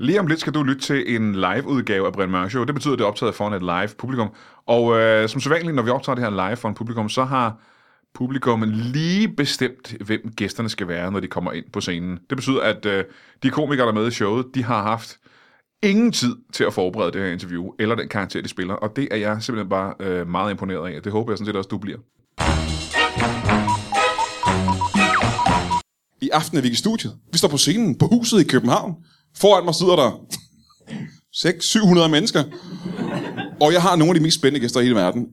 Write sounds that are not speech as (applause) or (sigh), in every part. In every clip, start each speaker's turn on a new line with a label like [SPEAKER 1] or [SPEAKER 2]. [SPEAKER 1] Lige om lidt skal du lytte til en live-udgave af Brian Mørk Show. Det betyder, at det er optaget foran et live publikum. Og øh, som sædvanligt, når vi optager det her live foran publikum, så har publikum lige bestemt, hvem gæsterne skal være, når de kommer ind på scenen. Det betyder, at øh, de komikere, der er med i showet, de har haft ingen tid til at forberede det her interview, eller den karakter, de spiller. Og det er jeg simpelthen bare øh, meget imponeret af. Det håber jeg sådan set også, du bliver.
[SPEAKER 2] I aften er vi ikke i studiet. Vi står på scenen på huset i København. Foran mig sidder der 600-700 mennesker. Og jeg har nogle af de mest spændende gæster i hele verden.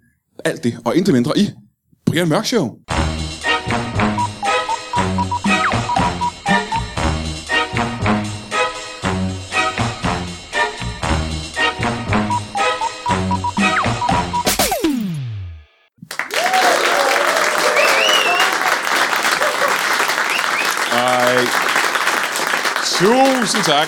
[SPEAKER 2] Alt det, og intet mindre i Brian Mørk Show. Ej. Tusind tak.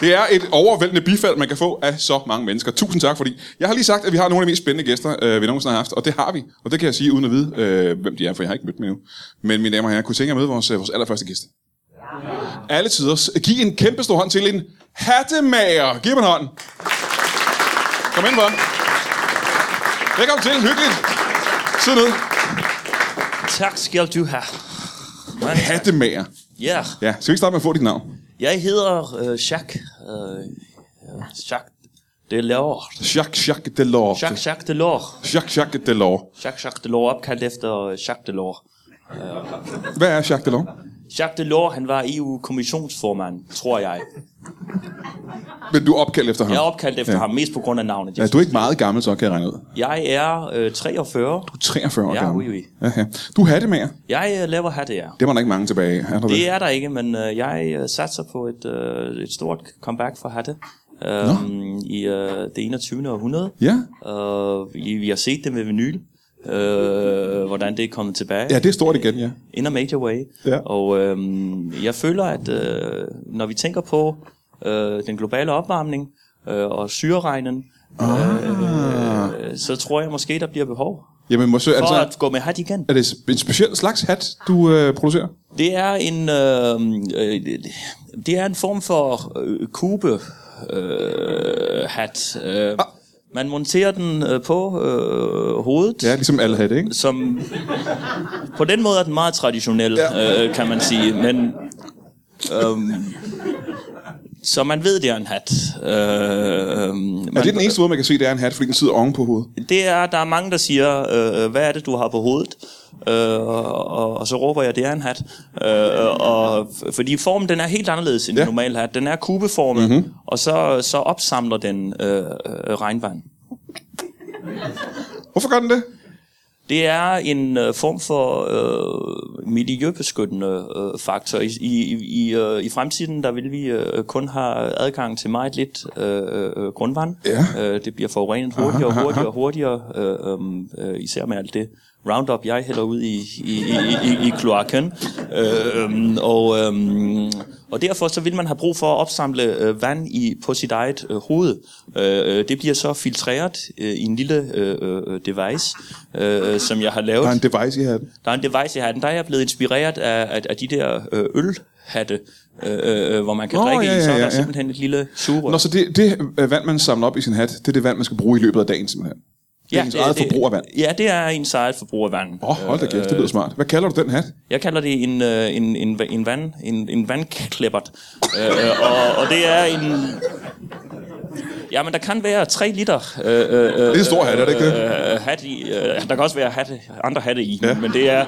[SPEAKER 2] Det er et overvældende bifald, man kan få af så mange mennesker. Tusind tak, fordi jeg har lige sagt, at vi har nogle af de mest spændende gæster, øh, vi nogensinde har haft, og det har vi. Og det kan jeg sige uden at vide, øh, hvem de er, for jeg har ikke mødt dem endnu. Men mine damer og herrer, kunne I tænke jer at møde vores, øh, vores allerførste gæst. Alle tiders. Giv en kæmpe stor hånd til en hattemager. Giv mig en hånd. Kom ind, bare. Velkommen til. Hyggeligt. Sid ned.
[SPEAKER 3] Tak skal du have.
[SPEAKER 2] Hattemager.
[SPEAKER 3] Ja,
[SPEAKER 2] Ja, skal vi ikke starte med at få dit navn?
[SPEAKER 3] jeg hedder øh, Jacques. Øh, øh, Jacques Delors.
[SPEAKER 2] Jacques Jacques Delors. Jacques
[SPEAKER 3] Jacques, Jacques Delors.
[SPEAKER 2] Jacques, Jacques Delors.
[SPEAKER 3] Jacques, Jacques Delors, opkaldt efter øh, Jacques Delors.
[SPEAKER 2] Hvad er Jacques Delors?
[SPEAKER 3] Jacques Delors, han var EU-kommissionsformand, tror jeg.
[SPEAKER 2] Men du er opkaldt efter ham.
[SPEAKER 3] Jeg er opkaldt efter
[SPEAKER 2] Ja.
[SPEAKER 3] ja. ham, mest på grund af navnet.
[SPEAKER 2] Ja, du er ikke meget gammel, så kan jeg regne ud.
[SPEAKER 3] Jeg er øh, 43.
[SPEAKER 2] 43 år
[SPEAKER 3] Ja,
[SPEAKER 2] gammel.
[SPEAKER 3] ui, ui.
[SPEAKER 2] Ja, ja. Du er hattemager.
[SPEAKER 3] Jeg øh, laver hat, det er.
[SPEAKER 2] Det var der ikke mange tilbage. af. Er der
[SPEAKER 3] Det er der ikke, men øh, jeg øh, satser på et, øh, et stort comeback for hatte. Øhm, I øh, det 21. århundrede.
[SPEAKER 2] Ja.
[SPEAKER 3] Øh, vi, vi har set det med vinyl, øh, hvordan det er kommet tilbage.
[SPEAKER 2] Ja, det er stort igen, ja.
[SPEAKER 3] In a major way.
[SPEAKER 2] Ja.
[SPEAKER 3] Og øh, jeg føler, at øh, når vi tænker på øh, den globale opvarmning øh, og syreregnen,
[SPEAKER 2] Ah.
[SPEAKER 3] øh, øh, så tror jeg måske, der bliver behov
[SPEAKER 2] Jamen, måske, er, det
[SPEAKER 3] for
[SPEAKER 2] så, altså,
[SPEAKER 3] at gå med hat igen.
[SPEAKER 2] er det en speciel slags hat, du øh, producerer?
[SPEAKER 3] Det er en øh, øh, det er en form for øh, kube øh, hat. Øh,
[SPEAKER 2] Ah.
[SPEAKER 3] Man monterer den øh, på øh, hovedet.
[SPEAKER 2] Ja, ligesom alle hatte, ikke?
[SPEAKER 3] som på den måde er den meget traditionel, ja. øh, kan man sige, men øhm, så man ved, det er en hat. Øh,
[SPEAKER 2] Er
[SPEAKER 3] man,
[SPEAKER 2] det den eneste måde, man kan se, det er en hat, fordi den sidder oven på hovedet?
[SPEAKER 3] det er, der er mange, der siger, øh, hvad er det, du har på hovedet? Øh, og, og, og så råber jeg, det er en hat. Øh, og, fordi formen, den er helt anderledes end
[SPEAKER 2] Ja. Mhm.
[SPEAKER 3] ja. en normal hat. Den er kubeformet, mm-hmm. og så, så opsamler den øh, øh, regnvand.
[SPEAKER 2] Hvorfor gør den det?
[SPEAKER 3] Det er en øh, form for øh, miljøbeskyttende øh, faktor. I, i, i, øh, I fremtiden der vil vi øh, kun have adgang til meget lidt øh, øh, grundvand.
[SPEAKER 2] Ja.
[SPEAKER 3] Øh, det bliver forurenet hurtigere og hurtigere og hurtigere, øh, øh, øh, især med alt det Roundup, jeg hælder ud i, i, i, i, i kloakken. Øh, øhm, og, øhm, og derfor så vil man have brug for at opsamle øh, vand i, på sit eget øh, hoved. Øh, øh, det bliver så filtreret øh, i en lille øh, øh, device, øh, øh, som jeg har lavet.
[SPEAKER 2] Der er en device i hatten.
[SPEAKER 3] Der er en device i hatten. Der er jeg blevet inspireret af, af, af de der øh, ølhatte, øh, øh, hvor man kan
[SPEAKER 2] Nå,
[SPEAKER 3] drikke
[SPEAKER 2] ja,
[SPEAKER 3] i. Så
[SPEAKER 2] ja, ja,
[SPEAKER 3] er der
[SPEAKER 2] ja.
[SPEAKER 3] simpelthen et lille sugerør.
[SPEAKER 2] Nå, så det, det øh, vand, man samler op i sin hat, det er det vand, man skal bruge i løbet af dagen, simpelthen. Det er ens eget forbrug af vand.
[SPEAKER 3] Ja, det er ens eget forbrug af vand.
[SPEAKER 2] Åh, oh, hold da kæft, det
[SPEAKER 3] Øh.
[SPEAKER 2] lyder smart. Hvad kalder du den hat?
[SPEAKER 3] Jeg kalder det en, øh, en, en, en, vand, en, en vandklippert. Øh, øh, og, og det er en... Jamen, der kan være 3 liter øh, øh,
[SPEAKER 2] Det er en stor hat, er det ikke det?
[SPEAKER 3] øh, hat i. Øh, der kan også være hatte, andre hatte i, ja. men det er...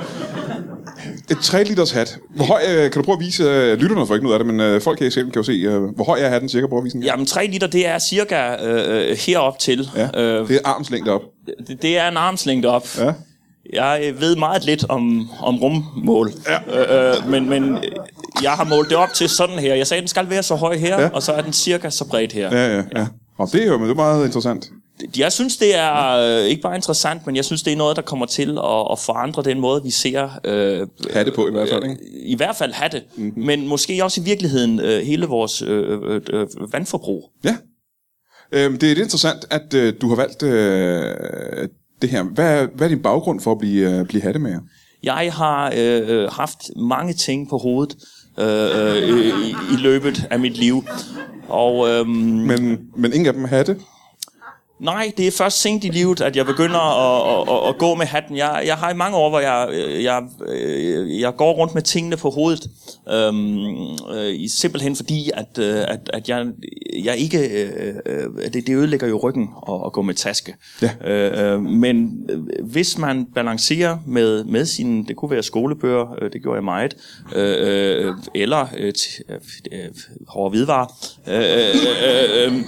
[SPEAKER 2] Et 3 liters hat. Hvor høj, øh, kan du prøve at vise, øh, lytterne får ikke noget af det, men øh, folk her i salen kan jo se, øh, hvor høj er hatten cirka, prøv at vise den.
[SPEAKER 3] Jamen, 3 liter, det er cirka øh, øh, herop til.
[SPEAKER 2] Ja,
[SPEAKER 3] Øh,
[SPEAKER 2] det er armslængde op.
[SPEAKER 3] det, det er en armslængde op.
[SPEAKER 2] Ja.
[SPEAKER 3] Jeg øh, ved meget lidt om, om rummål, ja. øh, men, men øh, jeg har målt det op til sådan her. Jeg sagde, at den skal være så høj her,
[SPEAKER 2] Ja.
[SPEAKER 3] ja. og så er den cirka så bredt her.
[SPEAKER 2] Ja, ja, ja. Og det er jo men det er meget interessant.
[SPEAKER 3] Jeg synes, det er øh, ikke bare interessant, men jeg synes, det er noget, der kommer til at, at forandre den måde, vi ser øh,
[SPEAKER 2] Ha' det på i hvert fald, ikke?
[SPEAKER 3] i hvert fald have det,
[SPEAKER 2] Mhm.
[SPEAKER 3] mm-hmm. men måske også i virkeligheden øh, hele vores øh, øh, øh, vandforbrug.
[SPEAKER 2] Ja. Øhm, det er lidt interessant, at øh, du har valgt øh, det her. Hvad er, hvad er din baggrund for at blive, øh, blive hattemager?
[SPEAKER 3] Jeg har øh, øh, haft mange ting på hovedet. øh, øh, i, i løbet af mit liv. Og øhm,
[SPEAKER 2] Men, men ingen af dem havde det.
[SPEAKER 3] Nej, det er først sent i livet, at jeg begynder at, at, at, at gå med hatten. Jeg, jeg har i mange år, hvor jeg, øh, jeg, øh, jeg går rundt med tingene på hovedet. Øhm, øh, i- simpelthen fordi, at, øh, at, at jeg, jeg ikke... Øh, øh, det, det ødelægger jo ryggen at, at gå med taske.
[SPEAKER 2] Ja.
[SPEAKER 3] Øh, øh, men øh, hvis man balancerer med, med sine... Det kunne være skolebøger, øh, det gjorde jeg meget. Øh, øh, eller øh, t- øh, øh, hårde hvidevarer. Øh, øh, øh, øh,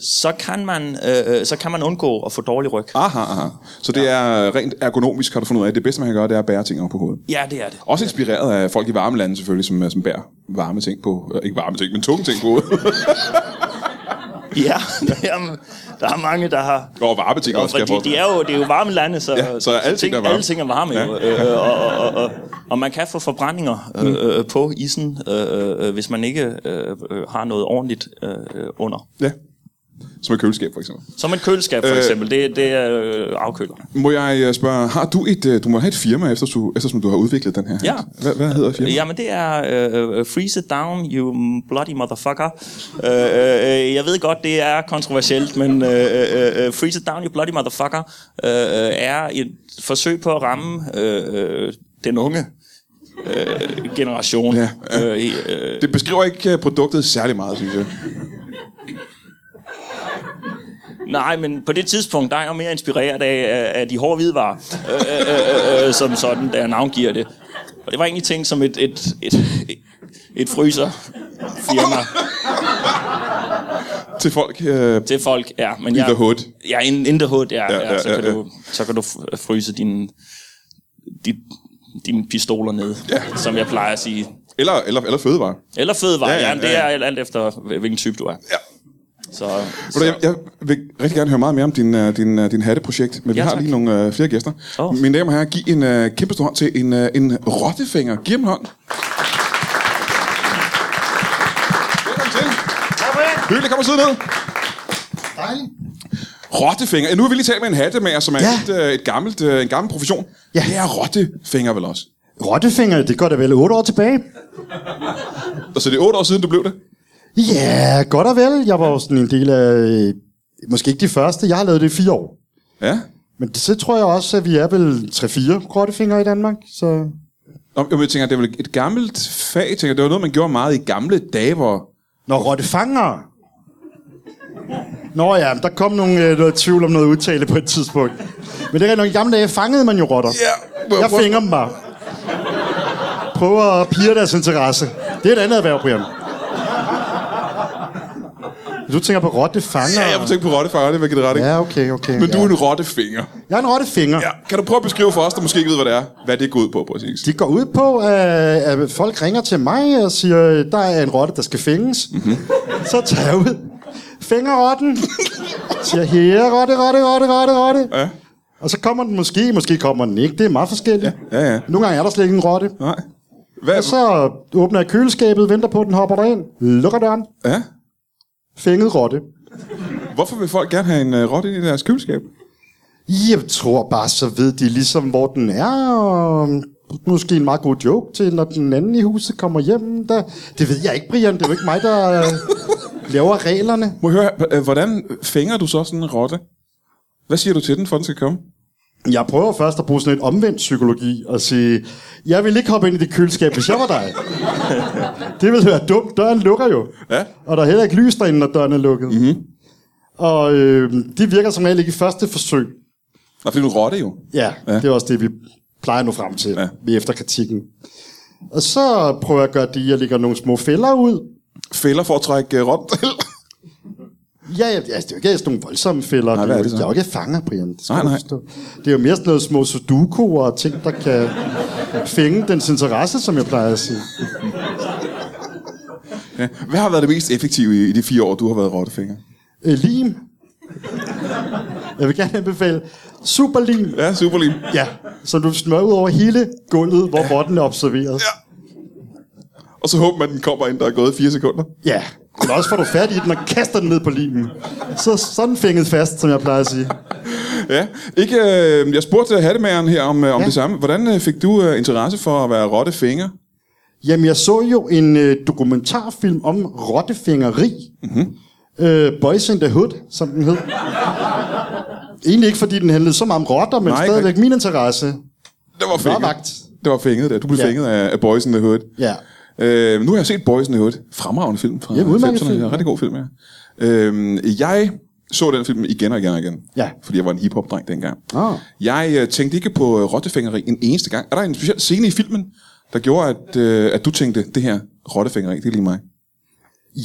[SPEAKER 3] så kan man, øh, øh, så kan man undgå at få dårlig ryg.
[SPEAKER 2] Aha, aha. Så det er rent ergonomisk, har du fundet ud af. Det bedste, man kan gøre, det er at bære ting over på hovedet.
[SPEAKER 3] Ja, det er det.
[SPEAKER 2] Også inspireret af folk i varme lande selvfølgelig, som, øh, som bærer varme ting på... øh, Ikke varme ting, men tunge ting på
[SPEAKER 3] (laughs)
[SPEAKER 2] hovedet.
[SPEAKER 3] Ja, (laughs) der er, der er mange, der har...
[SPEAKER 2] og varme ting også,
[SPEAKER 3] Og
[SPEAKER 2] skal jeg
[SPEAKER 3] de, de
[SPEAKER 2] forestille
[SPEAKER 3] er jo, det er jo varme lande, så,
[SPEAKER 2] Ja, så alle ting er varme.
[SPEAKER 3] alle ting er varme jo. Øh, og, og, og, og, og man kan få forbrændinger øh, øh, på isen, øh, øh, hvis man ikke øh, øh, har noget ordentligt øh, øh, under.
[SPEAKER 2] mig. Ja. Som et køleskab, for eksempel.
[SPEAKER 3] Som et køleskab for
[SPEAKER 2] Øh.
[SPEAKER 3] eksempel, det, det er øh, afkøler.
[SPEAKER 2] Må jeg øh, spørge, har du et... øh, Du må have et firma, efter du, eftersom du har udviklet den her.
[SPEAKER 3] Ja.
[SPEAKER 2] hat. Hvad, hvad hedder firmaet?
[SPEAKER 3] Jamen det er øh, øh, freeze it down, you bloody motherfucker. Øh, øh, øh, jeg ved godt, det er kontroversielt, men øh, øh, øh, freeze it down, you bloody motherfucker øh, øh, er et forsøg på at ramme øh, øh, den unge øh, generation.
[SPEAKER 2] Ja.
[SPEAKER 3] Øh, i, øh,
[SPEAKER 2] Det beskriver ikke øh, produktet særlig meget, synes jeg.
[SPEAKER 3] nej, men på det tidspunkt, der er jeg jo mere inspireret af, af, af de hårde hvidevarer, øh, øh, øh, øh, som sådan, der navngiver det. Og det var egentlig ting som et, et, et, et, et fryserfirma.
[SPEAKER 2] Til folk... Øh,
[SPEAKER 3] til folk, ja. Men
[SPEAKER 2] In
[SPEAKER 3] jeg,
[SPEAKER 2] the hood.
[SPEAKER 3] Ja, in, in the hood, ja. ja, ja, ja, så, kan
[SPEAKER 2] ja.
[SPEAKER 3] Du, så kan du f- øh, fryse dine, dine, dine pistoler ned, ja. som jeg plejer at sige.
[SPEAKER 2] eller, eller, eller fødevarer.
[SPEAKER 3] Eller fødevarer,
[SPEAKER 2] Ja,
[SPEAKER 3] ja,
[SPEAKER 2] ja,
[SPEAKER 3] ja, ja. det
[SPEAKER 2] ja,
[SPEAKER 3] er
[SPEAKER 2] ja.
[SPEAKER 3] alt alt efter, hvil- hvilken type du er.
[SPEAKER 2] Ja.
[SPEAKER 3] Så,
[SPEAKER 2] Ved
[SPEAKER 3] så
[SPEAKER 2] du, Jeg, jeg vil rigtig gerne høre meget mere om din, øh, din, øh, din hatteprojekt, men vi
[SPEAKER 3] Ja,
[SPEAKER 2] har
[SPEAKER 3] tak.
[SPEAKER 2] lige nogle øh, flere gæster.
[SPEAKER 3] Åh.
[SPEAKER 2] Mine damer og herrer, giv en øh, kæmpe stor hånd til en, øh, en rottefinger. Giv ham en hånd. Velkommen til. Hyggeligt, kom og sidde ned.
[SPEAKER 4] Dejligt.
[SPEAKER 2] Rottefinger. Nu har vi lige talt med en hattemager, som er
[SPEAKER 4] Ja.
[SPEAKER 2] et, øh, et gammelt, øh, en gammel profession.
[SPEAKER 4] Ja.
[SPEAKER 2] Det er rottefinger vel også.
[SPEAKER 4] Rottefinger, det går da vel otte år tilbage?
[SPEAKER 2] Og så det er otte år siden, du blev det.
[SPEAKER 4] Ja, godt og vel. Jeg var jo sådan en del af... øh, Måske ikke de første. Jeg har lavet det i fire år.
[SPEAKER 2] Ja.
[SPEAKER 4] Men det- så tror jeg også, at vi er vel 3-4 rottefingre i Danmark. Så
[SPEAKER 2] Nå, men jeg tænker, det er vel et gammelt fag. Jeg tænker, det var noget, man gjorde meget i gamle dage, hvor...
[SPEAKER 4] Nå, rottefangere. Nå ja, der kom nogle, øh, noget tvivl om noget udtale på et tidspunkt. Men det er nok i gamle dage fangede man jo rotter.
[SPEAKER 2] Ja,
[SPEAKER 4] Jeg fingrer dem bare. Prøver at pige deres interesse. Det er et andet erhverv, Brian. Du tænker på rottefangere.
[SPEAKER 2] Ja, jeg må tænke på rottefanger, det var givet ret, ikke?
[SPEAKER 4] Ja, okay, okay.
[SPEAKER 2] Men
[SPEAKER 4] ja.
[SPEAKER 2] du er en rottefinger.
[SPEAKER 4] Jeg er en rottefinger.
[SPEAKER 2] Ja.
[SPEAKER 4] Ja.
[SPEAKER 2] Kan du prøve at beskrive for os, der måske ikke ved, hvad det er, hvad det går ud på, præcis?
[SPEAKER 4] De går ud på, at, at folk ringer til mig og siger, øh, der er en rotte, der skal finges.
[SPEAKER 2] Mhm.
[SPEAKER 4] Mm-hmm. Så tager jeg ud. Fænger rotten. siger, her, rotte, rotte, rotte, rotte, rotte.
[SPEAKER 2] Ja.
[SPEAKER 4] Og så kommer den måske, måske kommer den ikke. Det er meget forskelligt.
[SPEAKER 2] Ja, ja.
[SPEAKER 4] Nogle gange er der slet ikke en rotte.
[SPEAKER 2] Nej. Hvad?
[SPEAKER 4] Og så åbner jeg køleskabet, venter på, at den hopper derind. Lukker døren.
[SPEAKER 2] Ja.
[SPEAKER 4] Fænget rotte.
[SPEAKER 2] Hvorfor vil folk gerne have en uh, rotte ind i deres køleskab?
[SPEAKER 4] Jeg tror bare, så ved de ligesom, hvor den er, og måske en meget god joke til, når den anden i huset kommer hjem. Der... Det ved jeg ikke, Brian. Det er jo ikke mig, der øh, laver reglerne.
[SPEAKER 2] Må jeg høre, h- øh, hvordan fænger du så sådan en rotte? Hvad siger du til den, for den skal komme?
[SPEAKER 4] Jeg prøver først at bruge sådan et omvendt psykologi og sige, jeg vil ikke hoppe ind i det køleskab, hvis jeg var dig. det ville være dumt. Døren lukker jo.
[SPEAKER 2] Ja.
[SPEAKER 4] Og der er heller ikke lys derinde, når døren er lukket. Mm-hmm. Og øh, de virker som regel ikke i første forsøg.
[SPEAKER 2] Nå, fordi du er en rotte jo.
[SPEAKER 4] Ja, ja, det er også det, vi plejer nu frem til
[SPEAKER 2] Ja.
[SPEAKER 4] ja. ved efterkritikken. Og så prøver jeg at gøre det, at jeg lægger nogle små fælder ud.
[SPEAKER 2] Fælder for at trække uh, rotten til.
[SPEAKER 4] Ja, ja, altså, det er jo ikke sådan nogle voldsomme fælder.
[SPEAKER 2] Nej,
[SPEAKER 4] Nej,
[SPEAKER 2] hvad
[SPEAKER 4] det
[SPEAKER 2] er
[SPEAKER 4] er,
[SPEAKER 2] det så?
[SPEAKER 4] jo, jeg er jo ikke fanger, Brian. Det, skal
[SPEAKER 2] Nej,
[SPEAKER 4] du
[SPEAKER 2] nej.
[SPEAKER 4] forstå. det er jo mere sådan noget små sudokuer og ting, der kan fænge dens interesse, som jeg plejer at sige.
[SPEAKER 2] ja. (laughs) Hvad har været det mest effektive i, i de fire år, du har været rottefinger?
[SPEAKER 4] Øh, lim. Jeg vil gerne anbefale superlim.
[SPEAKER 2] Ja, super lige.
[SPEAKER 4] Ja, som du smører ud over hele gulvet, hvor rotten er observeret.
[SPEAKER 2] Ja. Og så håber man, at den kommer ind, der er gået fire sekunder.
[SPEAKER 4] Ja, men også får du fat i den og kaster den ned på limen. Så sådan fænget fast, som jeg plejer at sige.
[SPEAKER 2] Ja, ikke, øh, jeg spurgte hattemageren her om, øh, om ja.
[SPEAKER 4] Ja.
[SPEAKER 2] det samme. Hvordan øh, fik du øh, interesse for at være rottefinger?
[SPEAKER 4] Jamen, jeg så jo en øh, dokumentarfilm om rottefingeri.
[SPEAKER 2] Mhm.
[SPEAKER 4] Mm-hmm. Øh, Boys in the Hood, som den hed. Egentlig ikke, fordi den handlede så meget om rotter, men
[SPEAKER 2] Nej,
[SPEAKER 4] Nej,
[SPEAKER 2] ikke
[SPEAKER 4] stadigvæk min interesse.
[SPEAKER 2] Det var fænget.
[SPEAKER 4] vagt.
[SPEAKER 2] Det var fænget, der. Du blev ja.
[SPEAKER 4] Ja.
[SPEAKER 2] fænget af, af Boys in the Hood.
[SPEAKER 4] Ja.
[SPEAKER 2] Øh, nu har jeg set Boys in the Hood. Fremragende film fra
[SPEAKER 4] Ja, udmærket
[SPEAKER 2] 90'erne.
[SPEAKER 4] film.
[SPEAKER 2] Ja, Rigtig god film, ja. Øh, jeg så den film igen og igen og igen.
[SPEAKER 4] Ja.
[SPEAKER 2] Fordi jeg var en hiphop-dreng dengang.
[SPEAKER 4] Ah.
[SPEAKER 2] Jeg øh, tænkte ikke på øh, rottefængeri en eneste gang. Er der en speciel scene i filmen, der gjorde, at, øh, at du tænkte, det her rottefængeri, det er lige mig?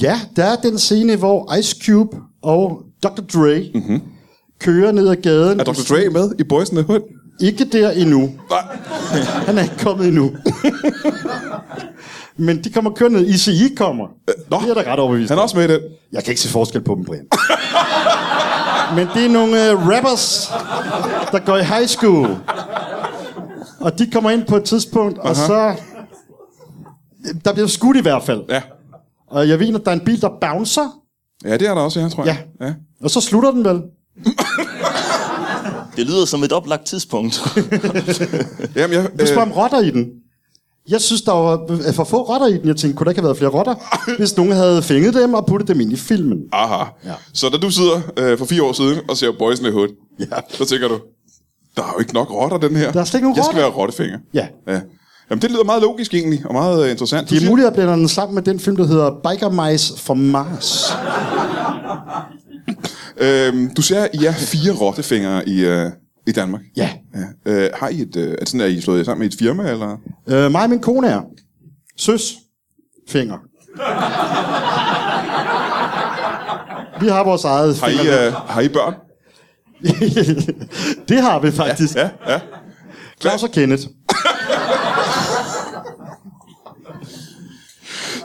[SPEAKER 4] Ja, der er den scene, hvor Ice Cube og Dr. Dre mm-hmm. kører ned ad gaden.
[SPEAKER 2] Mhm. Er Dr. Dre med i Boys in the Hood?
[SPEAKER 4] Ikke der endnu.
[SPEAKER 2] Nej.
[SPEAKER 4] Han er ikke kommet (laughs) endnu. Men de kommer kørende, ICI kommer.
[SPEAKER 2] nå.
[SPEAKER 4] Det er der ret overbevist
[SPEAKER 2] Han er
[SPEAKER 4] om.
[SPEAKER 2] også med i den.
[SPEAKER 4] Øh, Jeg kan ikke se forskel på dem, Brian. (laughs) Men det er nogle øh, rappers, der går i high school. Og de kommer ind på et tidspunkt, og
[SPEAKER 2] Aha.
[SPEAKER 4] så... Der bliver skudt i hvert fald.
[SPEAKER 2] Ja.
[SPEAKER 4] Og jeg ved, at der er en bil, der bouncer.
[SPEAKER 2] Ja, det er der også, ja, tror jeg.
[SPEAKER 4] Ja.
[SPEAKER 2] ja.
[SPEAKER 4] Og så slutter den vel.
[SPEAKER 3] Det lyder som et oplagt tidspunkt.
[SPEAKER 2] Jamen, jeg,
[SPEAKER 4] Du spørger
[SPEAKER 2] øh,
[SPEAKER 4] om rotter i den. Jeg synes, der var øh, for få rotter i den. Jeg tænkte, kunne der ikke have været flere (laughs) rotter, hvis nogen havde fænget dem og puttet dem ind i filmen?
[SPEAKER 2] aha. Ja.
[SPEAKER 4] Ja.
[SPEAKER 2] Så da du sidder øh, for fire år siden og ser Boys in the Hood, ja. så tænker du, der er jo ikke nok rotter, den her.
[SPEAKER 4] Der er slet ikke nogen
[SPEAKER 2] Jeg skal
[SPEAKER 4] rotter.
[SPEAKER 2] være rottefinger.
[SPEAKER 4] Ja.
[SPEAKER 2] ja. Jamen, det lyder meget logisk egentlig, og meget øh, interessant. Du
[SPEAKER 4] Det er
[SPEAKER 2] siger-
[SPEAKER 4] muligt, at blande den sammen med den film, der hedder Biker Mice fra Mars.
[SPEAKER 2] Øhm, du ser, I er fire rottefingere i, øh, i Danmark.
[SPEAKER 4] Ja.
[SPEAKER 2] ja. Øh, har I et, øh, er, det sådan, er I slået jer sammen i et firma, eller?
[SPEAKER 4] Øh, mig og min kone er søs finger. Vi har vores eget
[SPEAKER 2] Har I, øh, har I børn?
[SPEAKER 4] (laughs) det har vi faktisk.
[SPEAKER 2] Ja, ja.
[SPEAKER 4] Claus og Kenneth.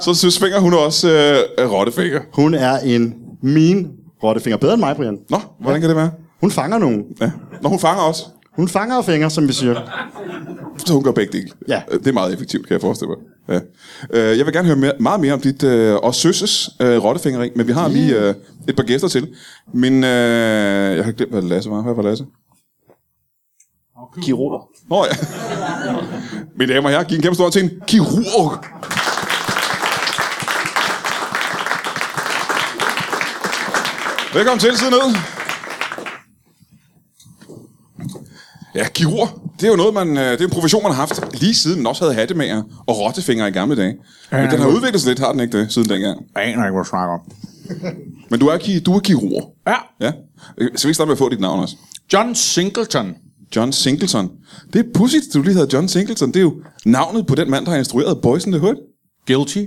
[SPEAKER 2] Så synes Finger, hun er også øh, er rottefinger.
[SPEAKER 4] Hun er en min rottefinger. Bedre end mig, Brian.
[SPEAKER 2] Nå, hvordan kan det være?
[SPEAKER 4] Hun fanger nogen.
[SPEAKER 2] Ja. Nå, hun fanger også,
[SPEAKER 4] Hun fanger og fænger, som vi siger.
[SPEAKER 2] så hun gør begge dele.
[SPEAKER 4] Ja.
[SPEAKER 2] Øh, Det er meget effektivt, kan jeg forestille mig. Ja. Øh, jeg vil gerne høre mere, meget mere om dit øh, og søsses øh, rottefingeri, men vi har lige øh, et par gæster til. Men øh, jeg har glemt, hvad Lasse var. Hvad var Lasse?
[SPEAKER 3] Kirurger.
[SPEAKER 2] Nå ja. Mine damer og herrer, giv en kæmpe stor hånd til en kirurg. Velkommen til, sidde ned. Ja, kirurg, det er jo noget, man, øh, det er en profession, man har haft lige siden man også havde hattemager og rottefingre i gamle dage. Men den har udviklet sig lidt, har den ikke det, siden dengang.
[SPEAKER 5] Jeg aner ikke, hvad du snakker om.
[SPEAKER 2] Men du er, ki- du er kirurg.
[SPEAKER 5] Ja,
[SPEAKER 2] Ja. Øh, Så vi ikke starte med at få dit navn også.
[SPEAKER 5] John Singleton.
[SPEAKER 2] John Singleton. Det er pudsigt, du lige hedder John Singleton. Det er jo navnet på den mand, der har instrueret Boys in the Hood.
[SPEAKER 5] Guilty.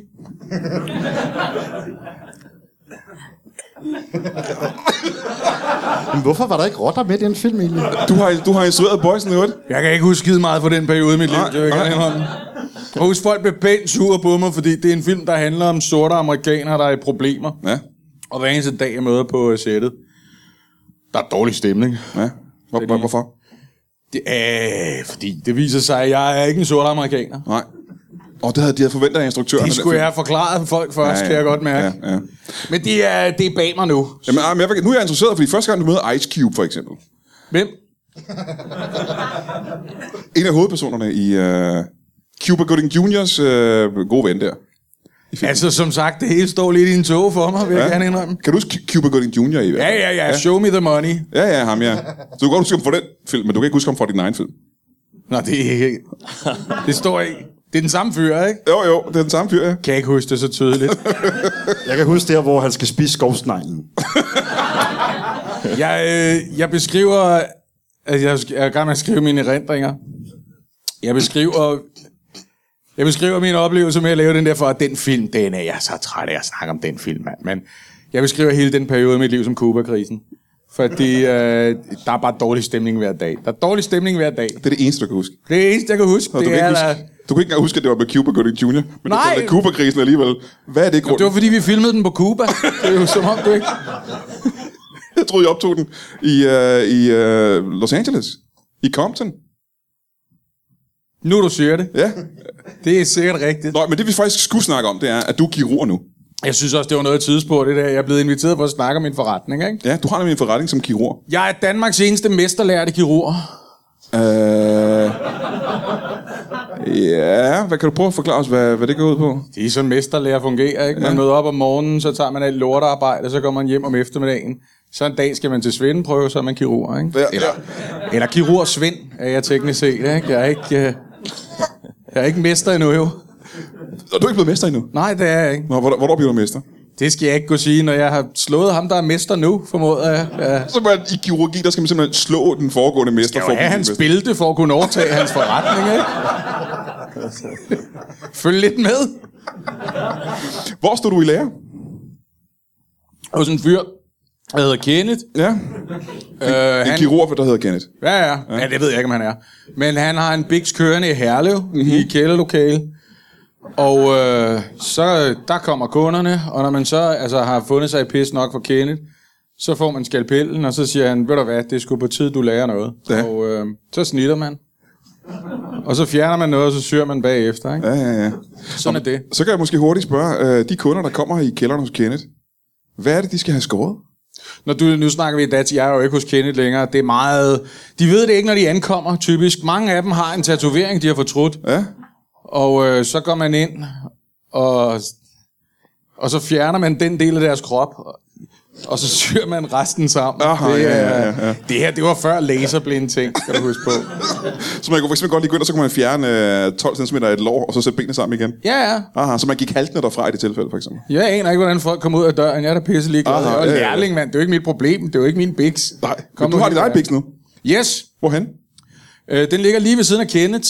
[SPEAKER 4] Men hvorfor var der ikke rotter med i den film egentlig?
[SPEAKER 2] Du har, du har instrueret Boys in the Hood.
[SPEAKER 5] Jeg kan ikke huske skide meget fra den periode i mit liv,
[SPEAKER 2] Nej,
[SPEAKER 5] det vil jeg
[SPEAKER 2] nej.
[SPEAKER 5] gerne indrømme. Og husk, folk blev pænt sure på mig, fordi det er en film, der handler om sorte amerikanere, der er i problemer.
[SPEAKER 2] Ja,
[SPEAKER 5] Og hver eneste dag, jeg møder på øh, sættet, der er dårlig stemning.
[SPEAKER 2] ja. Hvor, hvor, hvorfor?
[SPEAKER 5] Det er, fordi det viser sig, at jeg er ikke en sort amerikaner.
[SPEAKER 2] Nej. Og det havde de havde forventet af instruktøren.
[SPEAKER 5] Det
[SPEAKER 2] af den
[SPEAKER 5] skulle
[SPEAKER 2] film.
[SPEAKER 5] jeg have forklaret folk først, ja, ja. kan jeg godt mærke. Ja,
[SPEAKER 2] Ja,
[SPEAKER 5] ja.
[SPEAKER 2] ja.
[SPEAKER 5] Men det er, det er bag mig nu.
[SPEAKER 2] Jamen, ej, men jeg, vil- nu er jeg interesseret, fordi første gang du møder Ice Cube, for eksempel.
[SPEAKER 5] Hvem?
[SPEAKER 2] En af hovedpersonerne i uh, Cuba Gooding Juniors uh, gode ven der.
[SPEAKER 5] Altså, som sagt, det hele står lidt i en tog for mig, vil jeg gerne indrømme.
[SPEAKER 2] Kan du huske Cuba Gooding Jr. i hvert
[SPEAKER 5] Ja,
[SPEAKER 2] fald?
[SPEAKER 5] ja, ja. Show me the money.
[SPEAKER 2] Ja, ja, ham, ja. Så du kan godt huske ham fra den film, men du kan ikke huske ham fra din egen film.
[SPEAKER 5] Nå, det er ikke... Det står ikke... Det er den samme fyr, ikke?
[SPEAKER 2] Jo, jo, det er den samme fyr, ja.
[SPEAKER 5] Kan jeg ikke huske det så tydeligt.
[SPEAKER 4] Jeg kan huske der, hvor han skal spise skovsneglen.
[SPEAKER 5] Jeg, øh, jeg beskriver... Altså, jeg er sk- jeg er i gang med at skrive mine erindringer. Jeg beskriver... Jeg beskriver min oplevelse med at lave den der for, at den film, den er jeg er så træt af at snakke om den film, mand. Men jeg beskriver hele den periode i mit liv som Cuba-krisen. Fordi øh, der er bare dårlig stemning hver dag. Der er dårlig stemning hver dag.
[SPEAKER 2] Det er det eneste, du kan huske.
[SPEAKER 5] Det eneste, jeg kan huske,
[SPEAKER 2] Og du,
[SPEAKER 5] det
[SPEAKER 2] kan
[SPEAKER 5] er...
[SPEAKER 2] ikke
[SPEAKER 5] at-
[SPEAKER 2] huske, du kan ikke engang huske, at det var med Cuba Gooding Jr., men du
[SPEAKER 5] Nej.
[SPEAKER 2] kaldte det Cuba-krisen alligevel. Hvad er det grund?
[SPEAKER 5] Det var, fordi vi filmede den på Cuba. Det er jo som om, du ikke...
[SPEAKER 2] Jeg troede, jeg optog den i, øh, i øh, Los Angeles. I Compton.
[SPEAKER 5] Nu du siger det.
[SPEAKER 2] Ja.
[SPEAKER 5] Det er sikkert rigtigt.
[SPEAKER 2] Nå, men det vi faktisk skulle snakke om, det er, at du er kirurg nu.
[SPEAKER 5] Jeg synes også, det var noget tidsspur, det der. Jeg er blevet inviteret for at snakke om min forretning, ikke?
[SPEAKER 2] Ja, du har nemlig en forretning som kirurg.
[SPEAKER 5] Jeg er Danmarks eneste mesterlærte kirurg.
[SPEAKER 2] Øh, Ja, hvad kan du prøve at forklare os, hvad, hvad det går ud på?
[SPEAKER 5] Det er sådan, mesterlærer fungerer, ikke? Man møder op om morgenen, så tager man alt lortearbejde, så går man hjem om eftermiddagen. Så en dag skal man til svendeprøve, så er man kirurg, ikke?
[SPEAKER 2] Ja,
[SPEAKER 5] eller,
[SPEAKER 2] ja.
[SPEAKER 5] eller kirurg Svend, er jeg teknisk set, ikke? Jeg er ikke, øh, jeg er ikke mester endnu, jo.
[SPEAKER 2] Og du er ikke blevet mester endnu.
[SPEAKER 5] Nej, det er jeg ikke.
[SPEAKER 2] Nå, hvornår, hvornår bliver du mester?
[SPEAKER 5] Det skal jeg ikke kunne sige, når jeg har slået ham, der er mester nu, formoder jeg. Ja.
[SPEAKER 2] Så man, i kirurgi, der skal man simpelthen slå den foregående mester.
[SPEAKER 5] Jeg
[SPEAKER 2] for at
[SPEAKER 5] vil have
[SPEAKER 2] blive
[SPEAKER 5] hans
[SPEAKER 2] mester.
[SPEAKER 5] bælte for at kunne overtage hans forretning, ikke? Følg lidt med.
[SPEAKER 2] Hvor stod du i lære?
[SPEAKER 5] Hos en fyr, der hedder Kenneth.
[SPEAKER 2] Ja,
[SPEAKER 5] Øh,
[SPEAKER 2] en
[SPEAKER 5] han,
[SPEAKER 2] kirurg, der hedder Kenneth.
[SPEAKER 5] ja, ja, ja. det ved jeg ikke, om han er. Men han har en biks kørende i Herlev, mm-hmm. i
[SPEAKER 2] Mhm.
[SPEAKER 5] et kælderlokale. Og øh, så øh, der kommer kunderne, og når man så altså, har fundet sig i pis nok for Kenneth, så får man skalpellen, og så siger han, ved du hvad, det er sgu på tid, du lærer noget.
[SPEAKER 2] Ja.
[SPEAKER 5] Og øh, så snitter man. Og så fjerner man noget, og så syr man bagefter. Ikke?
[SPEAKER 2] Ja, ja, ja.
[SPEAKER 5] Sådan er det.
[SPEAKER 2] Så kan jeg måske hurtigt spørge, øh, de kunder, der kommer i kælderen hos Kenneth, hvad er det, de skal have skåret?
[SPEAKER 5] Når du, nu snakker vi i datid, jeg er jo ikke hos Kenneth længere. Det er meget... De ved det ikke, når de ankommer, typisk. Mange af dem har en tatovering, de har fortrudt.
[SPEAKER 2] Ja,
[SPEAKER 5] Og øh, så går man ind, og, og så fjerner man den del af deres krop, og, og så syr man resten sammen.
[SPEAKER 2] Aha,
[SPEAKER 5] det,
[SPEAKER 2] ja,
[SPEAKER 5] er-
[SPEAKER 2] ja, ja, ja.
[SPEAKER 5] det her, det var før laserblinde ting, skal du huske på.
[SPEAKER 2] så man kunne for eksempel godt lige gå ind, og så kunne man fjerne øh, 12 cm af et lår, og så sætte benene sammen igen.
[SPEAKER 5] Ja, ja.
[SPEAKER 2] Aha, så man gik haltende derfra i det tilfælde, for eksempel.
[SPEAKER 5] Jeg aner ikke, hvordan folk kommer ud af døren. Jeg er da pisse ligeglad.
[SPEAKER 2] Aha,
[SPEAKER 5] Jeg er
[SPEAKER 2] ja,
[SPEAKER 5] jo
[SPEAKER 2] ja.
[SPEAKER 5] lærling, mand. Det er jo ikke mit problem. Det er jo ikke min biks.
[SPEAKER 2] Nej, men du har dit eget biks nu.
[SPEAKER 5] Yes.
[SPEAKER 2] Hvorhen?
[SPEAKER 5] Øh, den ligger lige ved siden af Kenneth.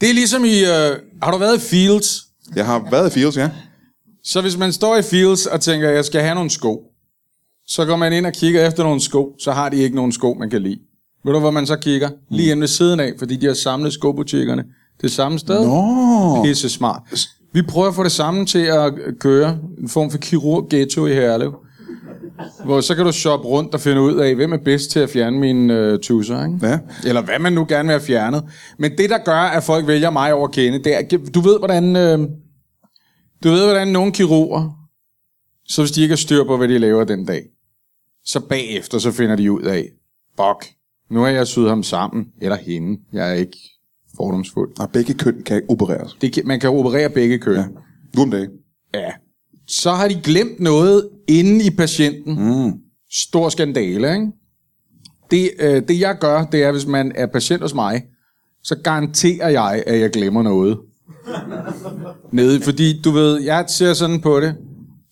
[SPEAKER 5] Det er ligesom i... Øh, har du været i Fields?
[SPEAKER 2] Jeg har været i Fields, ja.
[SPEAKER 5] Så hvis man står i Fields og tænker, jeg skal have nogle sko, så går man ind og kigger efter nogle sko, så har de ikke nogen sko, man kan lide. Ved du, hvor man så kigger? Lige
[SPEAKER 2] Mm.
[SPEAKER 5] inde ved siden af, fordi de har samlet skobutikkerne det samme sted.
[SPEAKER 2] Nå.
[SPEAKER 5] Pisse smart. Vi prøver at få det samme til at øh, køre en form for kirurg-ghetto i Herlev. Hvor så kan du shoppe rundt og finde ud af, hvem er bedst til at fjerne mine øh, tusser, ikke?
[SPEAKER 2] Ja.
[SPEAKER 5] Eller hvad man nu gerne vil have fjernet. Men det, der gør, at folk vælger mig over kende, det er, du ved, hvordan, øh, du ved, hvordan nogle kirurger, så hvis de ikke har styr på, hvad de laver den dag, så bagefter, så finder de ud af, fuck, nu har jeg syet ham sammen, eller hende, jeg er ikke fordomsfuld.
[SPEAKER 2] Og Ah, begge køn kan opereres.
[SPEAKER 5] Det kan, man kan operere begge køn. Ja.
[SPEAKER 2] Nu om dagen.
[SPEAKER 5] ja. Så har de glemt noget inde i patienten. Mm. Stor skandale, ikke? Det, øh, det jeg gør, det er, hvis man er patient hos mig, så garanterer jeg, at jeg glemmer noget. Nede, fordi du ved, jeg ser sådan på det,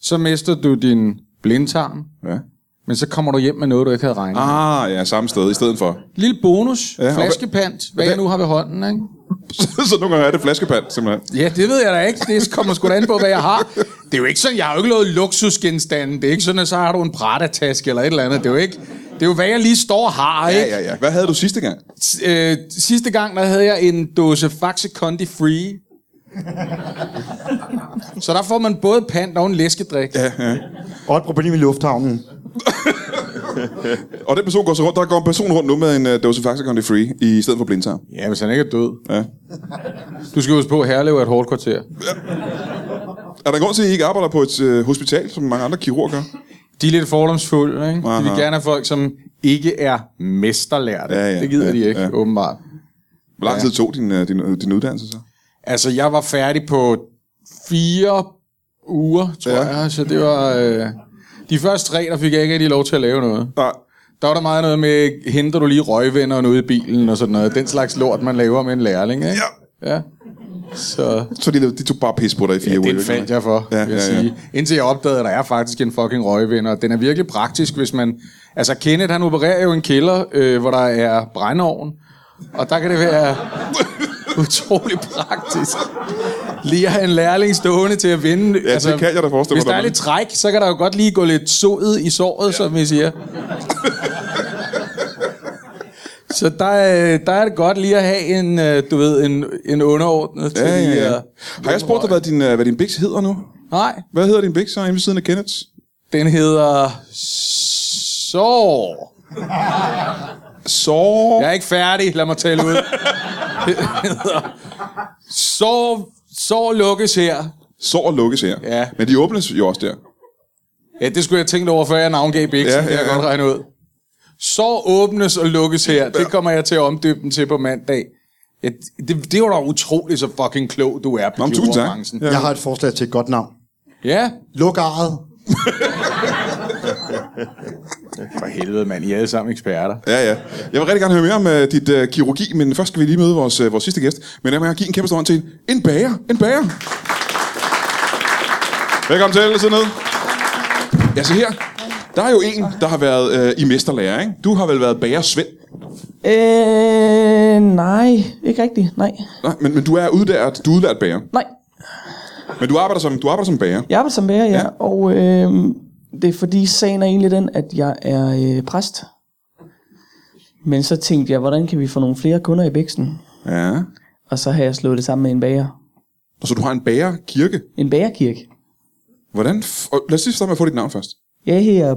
[SPEAKER 5] så mister du din blindtarm,
[SPEAKER 2] Ja.
[SPEAKER 5] men så kommer du hjem med noget, du ikke havde regnet. Ah.
[SPEAKER 2] Ah, ja, samme sted i stedet for. (laughs)
[SPEAKER 5] Lille bonus,
[SPEAKER 2] og
[SPEAKER 5] ja,
[SPEAKER 2] hvad-
[SPEAKER 5] flaskepant, hvad jeg nu har ved hånden, ikke?
[SPEAKER 2] så nogle gange er det flaskepand, simpelthen.
[SPEAKER 5] Ja, det ved jeg da ikke. Det kommer sgu da an på, hvad jeg har. Det er jo ikke sådan, jeg har jo ikke lavet luksusgenstande. Det er ikke sådan, at så har du en Prada-taske eller et eller andet. Det er jo ikke... Det er jo, hvad jeg lige står og har, ikke?
[SPEAKER 2] Ja, ja, ja. Hvad havde du sidste gang?
[SPEAKER 5] S- Øh, sidste gang, der havde jeg en dåse Faxe Condi Free. Så der får man både pant og en læskedrik. Ja.
[SPEAKER 4] Og et problem i lufthavnen.
[SPEAKER 2] Og den person går så rundt. Der går en person rundt nu med en uh, dose Faxe Condi Free i stedet for blindtarm.
[SPEAKER 5] ja, hvis han ikke er død.
[SPEAKER 2] Ja.
[SPEAKER 5] Du skal huske på, at Herlev er et hårdt kvarter.
[SPEAKER 2] Er der en grund til, at I ikke arbejder på et uh, hospital, som mange andre kirurger gør?
[SPEAKER 5] De er lidt fordomsfulde, ikke? De vil
[SPEAKER 2] Aha.
[SPEAKER 5] gerne have folk, som ikke er mesterlærte.
[SPEAKER 2] Ja, ja,
[SPEAKER 5] det gider
[SPEAKER 2] ja,
[SPEAKER 5] de ikke,
[SPEAKER 2] ja.
[SPEAKER 5] åbenbart.
[SPEAKER 2] Hvor lang tid tog din, uh, din, uh, din uddannelse så?
[SPEAKER 5] Altså, jeg var færdig på fire uger, tror
[SPEAKER 2] Ja.
[SPEAKER 5] ja. jeg. Så det var... Øh, de første tre, der fik jeg ikke rigtig lov til at lave noget.
[SPEAKER 2] Nej.
[SPEAKER 5] Der var der meget noget med, henter du lige røgvenderen ude i bilen og sådan noget. Den slags lort, man laver med en lærling, ikke? Ja. ja. Så
[SPEAKER 2] Så de, de tog bare pis på dig i fire uger.
[SPEAKER 5] den fandt jeg for, ja, vil jeg ja, ja. sige. Indtil jeg opdagede, at der er faktisk en fucking røgvinder. Den er virkelig praktisk, hvis man... Altså, Kenneth, han opererer jo i en kælder, øh, hvor der er brændeovn. Og der kan det
[SPEAKER 2] (laughs)
[SPEAKER 5] være utrolig praktisk. Lige at have en lærling stående til at vinde. Ja,
[SPEAKER 2] det kan jeg da forestille
[SPEAKER 5] Hvis
[SPEAKER 2] mig,
[SPEAKER 5] der er
[SPEAKER 2] der er
[SPEAKER 5] lidt træk, så kan der jo godt lige gå lidt sodet i såret, ja. som vi siger. Så der, er- der er det godt lige at have en, øh, du ved, en, en underordnet til
[SPEAKER 2] Ja, ja,
[SPEAKER 5] lige
[SPEAKER 2] ja.
[SPEAKER 5] at-
[SPEAKER 2] Har jeg spurgt dig, hvad din, uh, hvad din biks hedder nu?
[SPEAKER 5] Nej,
[SPEAKER 2] Hvad hedder din biks så hjemme ved siden af Kenneths?
[SPEAKER 5] Den hedder... Så...
[SPEAKER 2] Så...
[SPEAKER 5] Jeg er ikke færdig, lad mig tale ud. Den hedder så, så lukkes her.
[SPEAKER 2] Sår lukkes her.
[SPEAKER 5] Ja.
[SPEAKER 2] Men de åbnes jo også der.
[SPEAKER 5] Ja, det skulle jeg tænke over, før jeg navngav Bixen.
[SPEAKER 2] Ja,
[SPEAKER 5] Ja,
[SPEAKER 2] ja,
[SPEAKER 5] ja, ja. Det kan jeg godt regne ud. Så åbnes og lukkes her. Det kommer jeg til at omdybe den til på mandag. Ja, det, det var da utroligt, så fucking klog du er,
[SPEAKER 2] Nå, men
[SPEAKER 5] Pio
[SPEAKER 2] tusind tak.
[SPEAKER 5] Orangen.
[SPEAKER 4] Jeg har et forslag til et godt navn.
[SPEAKER 5] Ja.
[SPEAKER 4] Luk arret.
[SPEAKER 5] For helvede, mand. I er alle sammen eksperter.
[SPEAKER 2] Ja, ja. Jeg vil rigtig gerne høre mere om uh, dit uh, kirurgi, men først skal vi lige møde vores, uh, vores sidste gæst. Men jeg må give en kæmpe stor hånd til en, en bager. En bager. Velkommen til, sidde ned. Ja, se her. Der er jo en, der har været uh, i mesterlærer, ikke? Du har vel været bager Svend.
[SPEAKER 6] Øh, nej, ikke rigtigt, nej.
[SPEAKER 2] Nej, men, men du er udlært, du er udlært bager.
[SPEAKER 6] Nej,
[SPEAKER 2] Men du arbejder som, du arbejder som bager.
[SPEAKER 6] jeg arbejder som bager, ja,
[SPEAKER 2] Ja.
[SPEAKER 6] ja. og øh, det er fordi sagen er egentlig den, at jeg er øh, præst. Men så tænkte jeg, hvordan kan vi få nogle flere kunder i bæksen?
[SPEAKER 2] Ja.
[SPEAKER 6] Og så har jeg slået det sammen med en bager.
[SPEAKER 2] Og så du har en bagerkirke.
[SPEAKER 6] En bagerkirke.
[SPEAKER 2] Hvordan... F- og lad os lige starte med at få dit navn først.
[SPEAKER 6] Jeg hedder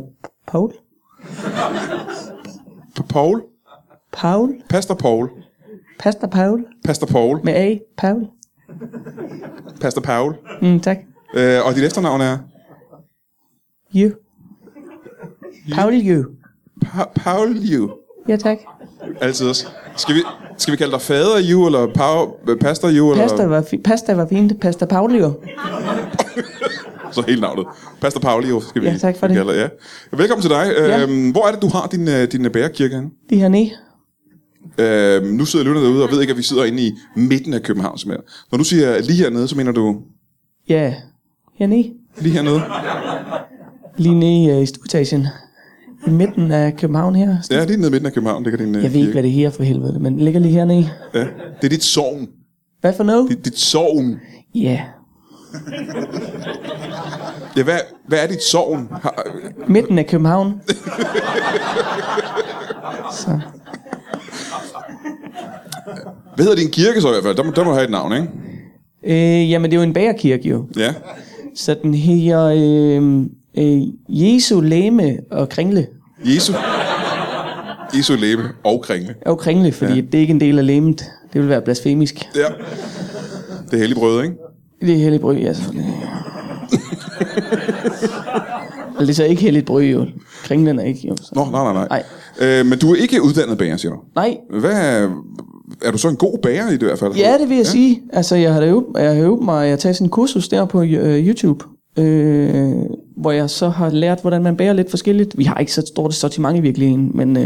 [SPEAKER 6] Paul.
[SPEAKER 2] P- Paul.
[SPEAKER 6] Paul.
[SPEAKER 2] Pastor Paul.
[SPEAKER 6] Pastor Paul.
[SPEAKER 2] Pastor Paul.
[SPEAKER 6] Med A. Paul.
[SPEAKER 2] Pastor Paul.
[SPEAKER 6] Mm, tak.
[SPEAKER 2] Øh, og dit efternavn er...
[SPEAKER 6] You. Paul You.
[SPEAKER 2] Pa- Paul Liu.
[SPEAKER 6] Ja, tak.
[SPEAKER 2] Altid også. Skal vi, skal vi kalde dig fader Ju, eller pa- øh, pastor Ju, eller
[SPEAKER 6] Pasta var, fi- pasta var fint. Pasta Paul Jo.
[SPEAKER 2] så hele navnet? Pastor Paul Ju, skal vi
[SPEAKER 6] Ja, tak for
[SPEAKER 2] vi
[SPEAKER 6] det.
[SPEAKER 2] kalde dig, ja. Velkommen til dig.
[SPEAKER 6] Ja.
[SPEAKER 2] Øhm, hvor er det, du har din, øh, din øh, bærekirke henne?
[SPEAKER 6] De her nede.
[SPEAKER 2] Øhm, nu sidder lytterne derude og ved ikke, at vi sidder inde i midten af København. Som er. Når du siger lige hernede, så mener du
[SPEAKER 6] Ja, hernede.
[SPEAKER 2] lige hernede?
[SPEAKER 6] Lige nede øh, i stueetagen. I midten af København her.
[SPEAKER 2] Ja, lige nede i midten af København ligger din øh,
[SPEAKER 6] Jeg ved ikke, hvad det her for helvede, men ligger lige hernede.
[SPEAKER 2] Ja. Det er dit sovn.
[SPEAKER 6] Hvad for noget?
[SPEAKER 2] Dit, dit sovn.
[SPEAKER 6] Ja.
[SPEAKER 2] Ja, hvad, hvad er dit sovn? Har,
[SPEAKER 6] Midten af København. Så.
[SPEAKER 2] hvad hedder din kirke så i hvert fald? Der, må- der må du have et navn, ikke?
[SPEAKER 6] Øh, jamen, det er jo en bagerkirke jo.
[SPEAKER 2] Ja.
[SPEAKER 6] Så den hedder øh, øh, Jesu Læme og Kringle.
[SPEAKER 2] Jesu. Jesu læbe og kringle.
[SPEAKER 6] Og Kringle, fordi ja. det er ikke en del af læmet. Det vil være blasfemisk.
[SPEAKER 2] Ja. Det er hellig brød, ikke?
[SPEAKER 6] Det er hellig bry, altså. Eller Altså, det er så ikke helligt bry, jo. Kringlen er ikke, jo. Så.
[SPEAKER 2] Nå, nej, nej, nej.
[SPEAKER 6] Nej.
[SPEAKER 2] Øh, men du er ikke uddannet bager, siger du.
[SPEAKER 6] Nej,
[SPEAKER 2] Hvad er, er du så en god bager i det i hvert fald?
[SPEAKER 6] Ja, det vil jeg ja. sige. Altså, jeg har da øvet, jeg har øvet mig, jeg har taget sådan en kursus der på øh, YouTube, øh, hvor jeg så har lært, hvordan man bærer lidt forskelligt. Vi har ikke så stort sortiment i virkeligheden, men øh,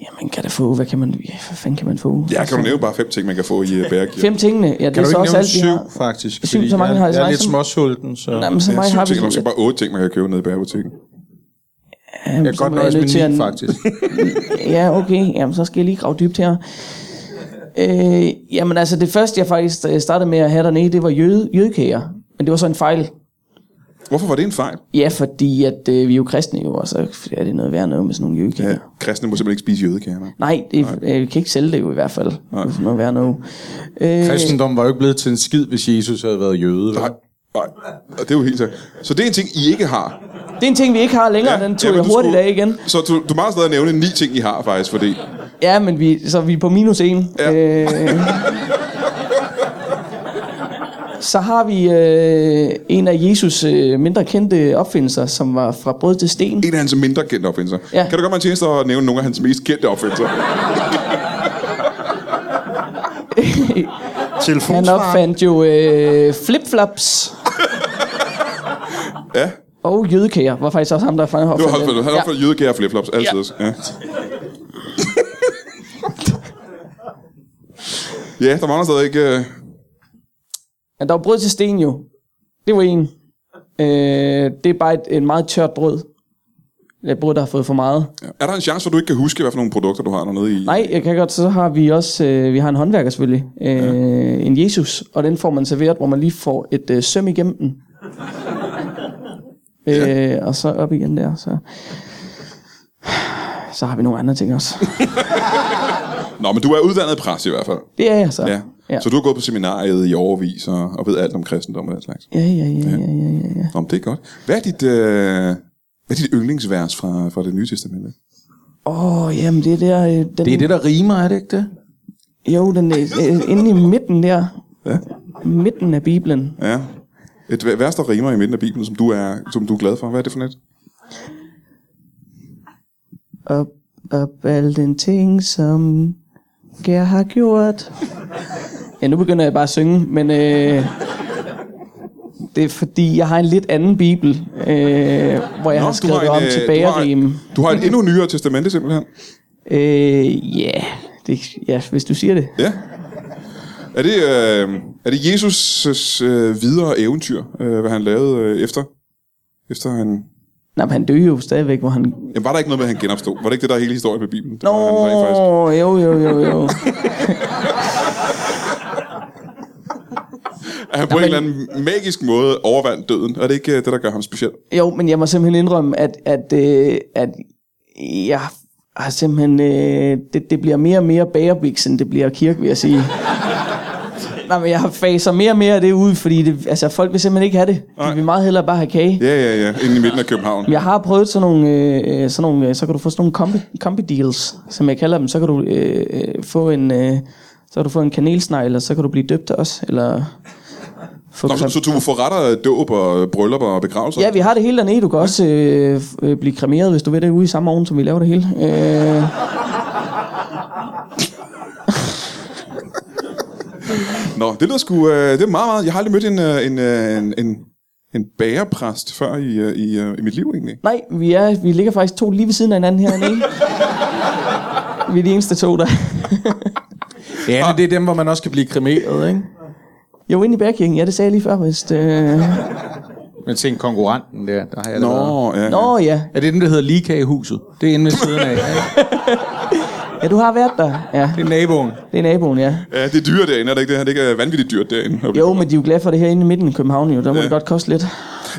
[SPEAKER 6] ja, man kan da få, hvad kan man, ja, hvad fanden kan man få? Altså,
[SPEAKER 2] Ja, kan du nævne bare fem ting, man kan få i øh, bagergear?
[SPEAKER 6] Fem tingene, ja, det
[SPEAKER 5] Kan
[SPEAKER 6] er
[SPEAKER 5] du
[SPEAKER 6] så
[SPEAKER 5] ikke
[SPEAKER 6] også
[SPEAKER 5] nævne
[SPEAKER 6] alt, vi
[SPEAKER 5] syv,
[SPEAKER 6] har.
[SPEAKER 5] faktisk?
[SPEAKER 6] Syv,
[SPEAKER 5] Fordi
[SPEAKER 6] så mange
[SPEAKER 5] jeg,
[SPEAKER 6] har jeg
[SPEAKER 5] jeg er
[SPEAKER 6] så-
[SPEAKER 5] lidt småsulten, så...
[SPEAKER 6] Nej, men så meget har vi.
[SPEAKER 2] ting, eller måske bare otte ting, man kan købe nede i bagerbutikken.
[SPEAKER 6] Jamen,
[SPEAKER 5] jeg kan
[SPEAKER 6] så
[SPEAKER 5] godt
[SPEAKER 6] må
[SPEAKER 5] nøjes
[SPEAKER 6] nødt til
[SPEAKER 5] med ni,
[SPEAKER 6] at-
[SPEAKER 5] faktisk.
[SPEAKER 6] Ja, okay. Jamen, så skal jeg lige grave dybt her. Øh, jamen altså, det første, jeg faktisk øh, startede med at have dernede, det var jøde, jødekager. Men det var så en fejl.
[SPEAKER 2] Hvorfor var det en fejl?
[SPEAKER 6] Ja, fordi at, øh, vi er jo kristne jo, og så er det noget værd noget med sådan nogle jødekager.
[SPEAKER 2] Ja.
[SPEAKER 6] Ja.
[SPEAKER 2] Kristne må simpelthen ikke spise jødekager. nej.
[SPEAKER 6] Nej, det, øh, vi kan ikke sælge det jo i hvert fald. Nej. Det er sådan noget værd noget. Øh,
[SPEAKER 5] Kristendommen var jo ikke blevet til en skid, hvis Jesus havde været jøde. vel?
[SPEAKER 2] Nej, nej. Og det er jo helt sikkert. Så det er en ting, I ikke har.
[SPEAKER 6] Øh, det er en ting, vi ikke har længere. Ja, den tog
[SPEAKER 2] men
[SPEAKER 6] jeg
[SPEAKER 2] du
[SPEAKER 6] hurtigt
[SPEAKER 2] skulle-
[SPEAKER 6] af igen.
[SPEAKER 2] Så du, du må stadig nævne ni ting, I har faktisk, fordi...
[SPEAKER 6] Ja, men vi, så vi er på minus en.
[SPEAKER 2] Ja.
[SPEAKER 6] Ja. Øh, så har vi øh, en af Jesus' øh, mindre kendte opfindelser, som var fra brød til sten.
[SPEAKER 2] En af hans mindre kendte opfindelser.
[SPEAKER 6] Ja.
[SPEAKER 2] Kan du godt mig en tjeneste at nævne nogle af hans mest kendte opfindelser?
[SPEAKER 6] (laughs) Han
[SPEAKER 4] Telefonsvar.
[SPEAKER 6] opfandt jo øh, (laughs) flipflops.
[SPEAKER 2] Ja.
[SPEAKER 6] Og jødekager var faktisk også ham, der fandt
[SPEAKER 2] Det var Holfeld. Han
[SPEAKER 6] ja.
[SPEAKER 2] har fået jødegager og flipflops, altid. Ja. ja, der mangler stadig ikke... øh,
[SPEAKER 6] Men der var brød til sten jo. Det var en. Øh, det er bare et, et meget tørt brød. Et brød, der har fået for meget.
[SPEAKER 2] Er der en chance, for at du ikke kan huske, hvad for nogle produkter du har dernede i?
[SPEAKER 6] Nej, jeg kan godt. Så har vi også, øh, vi har en håndværker selvfølgelig, øh, ja. en Jesus, og den får man serveret, hvor man lige får et øh, søm igennem den. Ja. Øh, og så op igen der. Så. så har vi nogle andre ting også.
[SPEAKER 2] Nå, men du er uddannet præst i hvert fald.
[SPEAKER 6] Det er jeg så.
[SPEAKER 2] Ja.
[SPEAKER 6] Ja.
[SPEAKER 2] Så du har gået på seminariet i overvis og, og ved alt om kristendom og den slags.
[SPEAKER 6] Ja, ja, ja, ja, ja, ja, ja.
[SPEAKER 2] Nå, men det er godt. Hvad er dit, øh, hvad er dit yndlingsvers fra, fra det nye testamente?
[SPEAKER 6] Åh, oh, jamen det er der... Øh, den,
[SPEAKER 5] Det er det, der rimer, er det ikke det?
[SPEAKER 6] Jo, den er øh, inde i midten der.
[SPEAKER 2] Ja.
[SPEAKER 6] Midten af Bibelen.
[SPEAKER 2] ja. Et v- vers, der rimer i midten af Bibelen, som du er, som du er glad for. Hvad er det for net?
[SPEAKER 6] Op, op alle den ting, som jeg har gjort. Ja, nu begynder jeg bare at synge, men øh, det er fordi, jeg har en lidt anden bibel, øh, hvor jeg Nå, har skrevet det om
[SPEAKER 2] øh,
[SPEAKER 6] til
[SPEAKER 2] du, har,
[SPEAKER 6] bagerrim.
[SPEAKER 2] du har et endnu nyere testamente, simpelthen.
[SPEAKER 6] Øh, ja, det, ja, hvis du siger det.
[SPEAKER 2] Ja. Er det, øh, er det Jesus' øh, videre eventyr, øh, hvad han lavede øh, efter? Efter han...
[SPEAKER 6] Nej, men han døde jo stadigvæk, hvor han...
[SPEAKER 2] Jamen, var der ikke noget med, at han genopstod? Var det ikke det, der er hele historien med Bibelen? Det
[SPEAKER 6] Nå,
[SPEAKER 2] var, han rent faktisk...
[SPEAKER 6] jo, jo, jo, jo.
[SPEAKER 2] At han på en eller anden magisk måde overvandt døden. Er det ikke øh, det, der gør ham speciel?
[SPEAKER 6] Jo, men jeg må simpelthen indrømme, at, at, øh, at jeg har simpelthen... Øh, det, det bliver mere og mere bagerbiks, end det bliver kirke, vil jeg sige. Nej, men jeg faser mere og mere af det ud, fordi det, altså, folk vil simpelthen ikke have det. De vil meget hellere bare have kage.
[SPEAKER 2] Ja, ja, ja. Inde i midten af København.
[SPEAKER 6] Jeg har prøvet sådan nogle, øh, øh, sådan nogle øh, så kan du få sådan nogle kombi, kombi deals, som jeg kalder dem. Så kan du øh, øh, få en, øh, så kan du få en kanelsnegl, og så kan du blive døbt også, eller... Få
[SPEAKER 2] Nå, så, så du må få retter, øh, dåb og bryllupper og begravelser?
[SPEAKER 6] Ja, vi har det hele dernede. Du kan også øh, f- øh, blive kremeret, hvis du vil det, ude i samme ovn, som vi laver det hele. Øh,
[SPEAKER 2] Nå, det lyder sgu... Øh, det er meget, meget... Jeg har aldrig mødt en, øh, en, øh, en, en, en bagerpræst før i, øh, i, øh, i mit liv, egentlig.
[SPEAKER 6] nej, vi, er, vi ligger faktisk to lige ved siden af hinanden
[SPEAKER 2] (laughs)
[SPEAKER 6] hernede. vi er de eneste to, der...
[SPEAKER 5] Ja, men det er dem, hvor man også kan blive kremeret, ikke?
[SPEAKER 6] Jo, inde i bærkirken. Ja, det sagde jeg lige før, hvis... Øh...
[SPEAKER 5] Men til en konkurrenten der, der har jeg det været.
[SPEAKER 2] Nå, ja.
[SPEAKER 6] Nå ja.
[SPEAKER 5] Er det den, der hedder Likagehuset? Det er inde ved siden af.
[SPEAKER 6] Ja, du har været der. Ja,
[SPEAKER 5] (laughs) Det er naboen.
[SPEAKER 6] det er naboen, ja.
[SPEAKER 2] Ja, det er dyrt derinde, er det ikke det her? Det er ikke øh, vanvittigt dyrt derinde.
[SPEAKER 6] Jo, men de er jo glade for det her inde i midten i København, jo. Der må det godt koste lidt.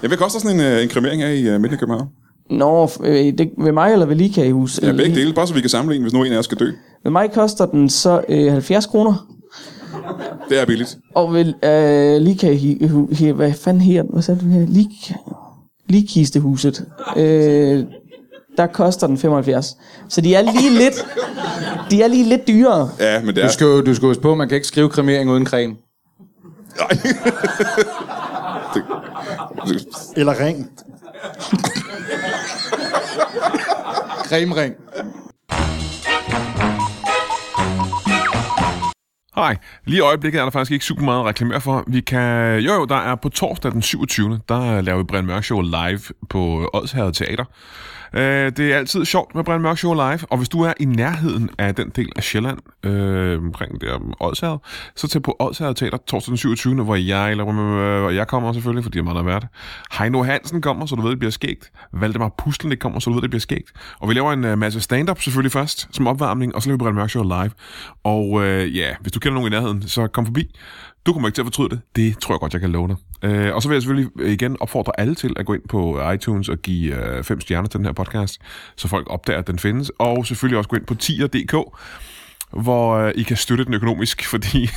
[SPEAKER 2] Ja, hvad koster sådan en, øh, en kremering af i øh, midten af København?
[SPEAKER 6] Nå, f- øh, det, ved mig eller ved Likagehus?
[SPEAKER 2] Ja, begge dele, bare så vi kan sammenligne, hvis nu en af os skal dø.
[SPEAKER 6] Øh, Ved mig koster den så øh, 70 kroner.
[SPEAKER 2] Det er billigt.
[SPEAKER 6] Og ved øh, Likagehus... Hvad fanden her? Hvad sagde du her? Lik... Likkistehuset. Øh, der koster den 75. Så de er lige lidt... De er lige lidt dyrere.
[SPEAKER 2] Ja, men det er...
[SPEAKER 5] Du skal, jo- du skal huske på, man kan ikke skrive kremering uden creme.
[SPEAKER 2] Nej. det...
[SPEAKER 4] Eller ring.
[SPEAKER 5] Cremering.
[SPEAKER 1] Hej. Lige i øjeblikket er der faktisk ikke super meget at reklamere for. Vi kan... Jo, jo, der er på torsdag den 27. Der øh, laver vi Brian Mørk Show live på Odsherred Teater. Øh, det er altid sjovt med Brian Mørk Show live, og hvis du er i nærheden af den del af Sjælland, øh, omkring der om Odsherred, så tag på Odsherred Teater torsdag den 27. hvor jeg, laver, øh, og jeg kommer selvfølgelig, fordi jeg er meget værd. Heino Hansen kommer, så du ved, det bliver skægt. Valdemar Pustelnik kommer, så du ved, det bliver skægt. Og vi laver en øh, masse stand-up selvfølgelig først, som opvarmning, og så laver vi Brian Mørk Show live. Og øh, ja, hvis du kender nogen i nærheden, så kom forbi. Du kommer ikke til at fortryde det. Det tror jeg godt, jeg kan love dig. Øh, og så vil jeg selvfølgelig øh, igen opfordre alle til at gå ind på iTunes og give øh, fem stjerner til den her podcast, så folk opdager, at den findes. Og selvfølgelig også gå ind på tier.dk, hvor øh, I kan støtte den økonomisk, (laughs) fordi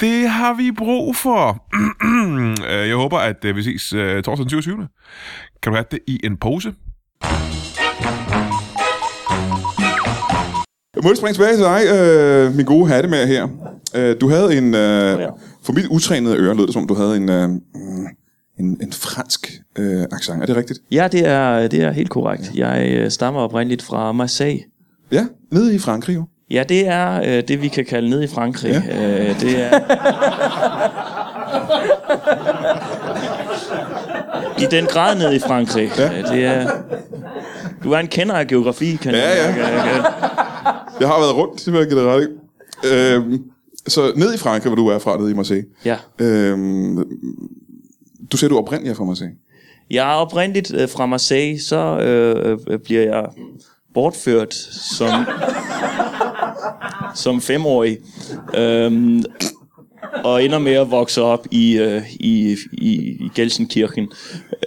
[SPEAKER 1] det har vi brug for. (clears throat) Øh, jeg håber, at øh, vi ses øh, torsdag den 27. Kan du have det i en pose?
[SPEAKER 2] Må jeg springe tilbage til dig, øh, min gode hatte med her. Øh, du havde en... Øh,
[SPEAKER 3] ja.
[SPEAKER 2] for mit utrænede øre lød det, som om du havde en, øh, en, en fransk øh, accent. Er det rigtigt?
[SPEAKER 3] Ja, det er, det er helt korrekt. Jeg øh, stammer oprindeligt fra Marseille.
[SPEAKER 2] Ja, nede i Frankrig jo.
[SPEAKER 3] Ja, det er øh, det, vi kan kalde ned i Frankrig. Ja. Øh, det er... I den grad ned i Frankrig. Ja. Det er... Du er en kender af geografi, kan
[SPEAKER 2] Ja,
[SPEAKER 3] jeg
[SPEAKER 2] ja.
[SPEAKER 3] mærke. Jeg kan-
[SPEAKER 2] Jeg har været rundt, det vil jeg give dig ret i. Øh, så ned i Frankrig, hvor du er fra, nede i Marseille.
[SPEAKER 3] Ja.
[SPEAKER 2] Øh, du siger, du oprindeligt er fra Marseille.
[SPEAKER 3] Jeg er oprindeligt øh, fra Marseille, så øh, øh, bliver jeg bortført som, som femårig. Øhm, og ender med at vokse op i, øh, i, i, i Gelsenkirchen.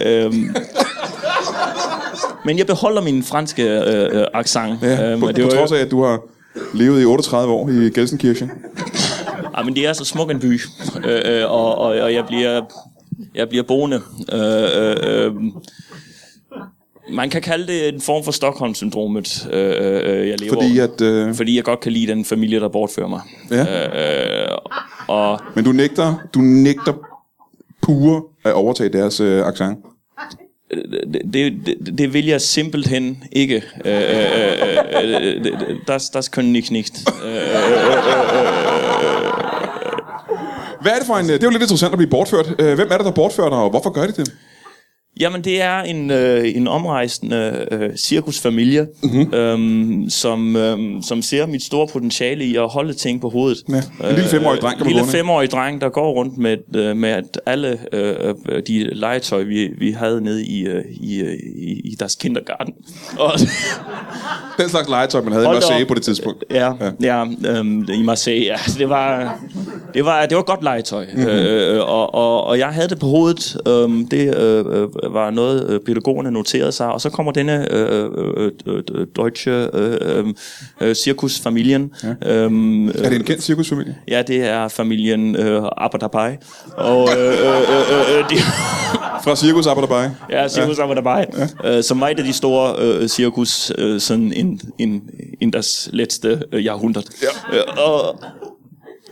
[SPEAKER 3] Øhm, men jeg beholder min franske øh, øh, accent.
[SPEAKER 2] Ja, på,
[SPEAKER 3] og
[SPEAKER 2] det på
[SPEAKER 3] var jo-
[SPEAKER 2] trods af, at du har levet i 38 år i Gelsenkirchen.
[SPEAKER 3] Ja, Ah, men det er så smuk en by, øh, øh, og, og, og jeg bliver, jeg bliver boende. Øh, øh, øh. Man kan kalde det en form for Stockholm-syndromet, øh, øh, jeg lever
[SPEAKER 2] Fordi
[SPEAKER 3] under.
[SPEAKER 2] at, øh,
[SPEAKER 3] fordi jeg godt kan lide den familie, der bortfører mig.
[SPEAKER 2] Ja.
[SPEAKER 3] Øh, og
[SPEAKER 2] men du nægter, du nægter pure at overtage deres øh, accent.
[SPEAKER 3] det, det, det vil jeg simpelthen ikke. Øh, øh, øh, øh, øh, das, das können nicht nicht.
[SPEAKER 2] Hvad er det for en... øh, Det er jo lidt interessant at blive bortført. Øh, Hvem er det, der bortfører dig, og hvorfor gør de det?
[SPEAKER 3] Jamen, det er en, øh, en omrejsende øh, cirkusfamilie,
[SPEAKER 2] Mhm.
[SPEAKER 3] mm-hmm. øhm, som, øhm, som ser mit store potentiale i at holde ting på hovedet.
[SPEAKER 2] Ja, en lille femårig dreng, der
[SPEAKER 3] En
[SPEAKER 2] bliver
[SPEAKER 3] lille
[SPEAKER 2] gående.
[SPEAKER 3] femårig dreng, der går rundt med, øh, med at alle øh, øh, de legetøj, vi, vi havde nede i, øh, i, øh, i, i deres kindergarten. Og,
[SPEAKER 2] Den slags legetøj, man havde i
[SPEAKER 3] Hold da
[SPEAKER 2] Marseille
[SPEAKER 3] op.
[SPEAKER 2] på det tidspunkt.
[SPEAKER 3] Ja, ja, ja øhm, i Marseille. Ja, det var det var det var godt legetøj. Mm-hmm. Øh, og, og, og jeg havde det på hovedet. Øhm, det øh, øh, var noget øh, pædagogerne noterede sig, og så kommer denne øh, øh, øh, øh, deutsche øh, øh, øh, cirkusfamilien. Ja. Øhm, øh,
[SPEAKER 2] Er det en kendt cirkusfamilie?
[SPEAKER 3] ja, det er familien øh, Aberdapai. Og øh, øh, øh, øh, de
[SPEAKER 2] Fra Cirkus Abadabaj?
[SPEAKER 3] Ja, cirkus ja. arbejder bare. Ja. Uh, som var et af de store uh, cirkus, uh, sådan in, in, in deres letzte uh, jahrhundrede. Ja. Uh, og,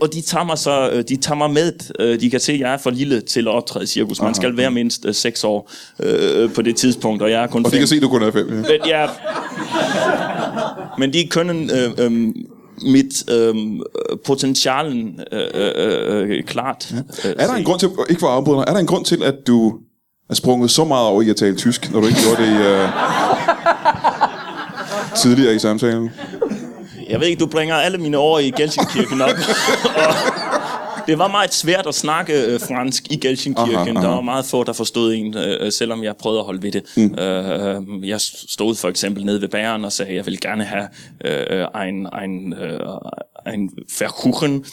[SPEAKER 3] og de tager mig så, øh, de tager mig med. Øh, De kan se, at jeg er for lille til at optræde i cirkus. Man skal være mindst 6 år øh, på det tidspunkt, og jeg er
[SPEAKER 2] Og
[SPEAKER 3] kun
[SPEAKER 2] de
[SPEAKER 3] fem.
[SPEAKER 2] kan se, at du kun er fem. Ja.
[SPEAKER 3] Men, ja. Men de können øh, øh, mit øh, potentialen øh, øh, øh, klart. Øh,
[SPEAKER 2] Er der en grund til, ikke for at afbryde dig, er der en grund til, at du er sprunget så meget over i at tale tysk, når du ikke gjorde det
[SPEAKER 3] (laughs)
[SPEAKER 2] uh, tidligere i samtalen?
[SPEAKER 3] Jeg ved ikke, du bringer alle mine år i
[SPEAKER 2] (laughs)
[SPEAKER 3] Gelsenkirken op. og det var meget svært at snakke øh, fransk i Gelsenkirken.
[SPEAKER 2] Aha,
[SPEAKER 3] Aha,
[SPEAKER 2] aha.
[SPEAKER 3] aha. Der var meget få, der forstod en, øh, selvom jeg prøvede at holde ved det. Mm. Øh, jeg stod for eksempel nede ved bæren og sagde, jeg vil gerne have øh, en, en, øh, en verkuchen.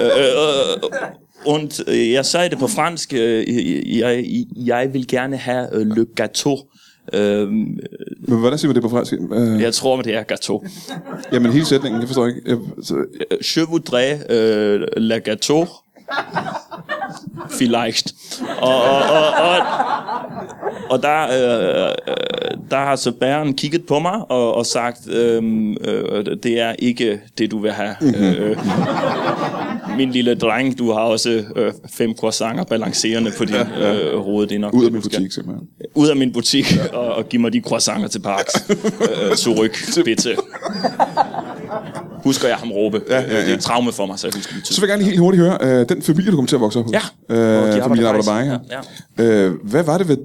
[SPEAKER 3] Øh, øh, und øh, jeg sagde det på fransk, øh, jeg, jeg vil gerne have øh, le gâteau. Øh,
[SPEAKER 2] Men hvordan siger man det på fransk? Uh,
[SPEAKER 3] jeg tror, det er gâteau.
[SPEAKER 2] Jamen hele sætningen, jeg forstår ikke. Jeg, så,
[SPEAKER 3] Je voudrais euh, la gâteau. Vielleicht. Og, og, og, og, og der, øh, øh, der har så bæren kigget på mig og, og sagt, øhm, øh, det er ikke det, du vil have. Øh, øh, min lille dreng, du har også øh, fem croissanter balancerende på din øh, hoved. Det er nok
[SPEAKER 2] ud af
[SPEAKER 3] det,
[SPEAKER 2] min
[SPEAKER 3] du skal-
[SPEAKER 2] butik simpelthen.
[SPEAKER 3] Ud af min butik, (laughs) og, og giv mig de croissanter til Parks. øh, Zurück, bitte. Husker jeg ham råbe. Ja, ja, ja. Det er et traume for mig, så jeg husker det
[SPEAKER 2] Så
[SPEAKER 3] tydeligt.
[SPEAKER 2] vil jeg gerne lige helt hurtigt høre, øh, den familie, du kom til at vokse op hos.
[SPEAKER 3] Ja. Hvor de
[SPEAKER 2] Øh, familien
[SPEAKER 3] arbejder
[SPEAKER 2] Abadabaj her.
[SPEAKER 3] Ja,
[SPEAKER 2] Øh, hvad var det ved,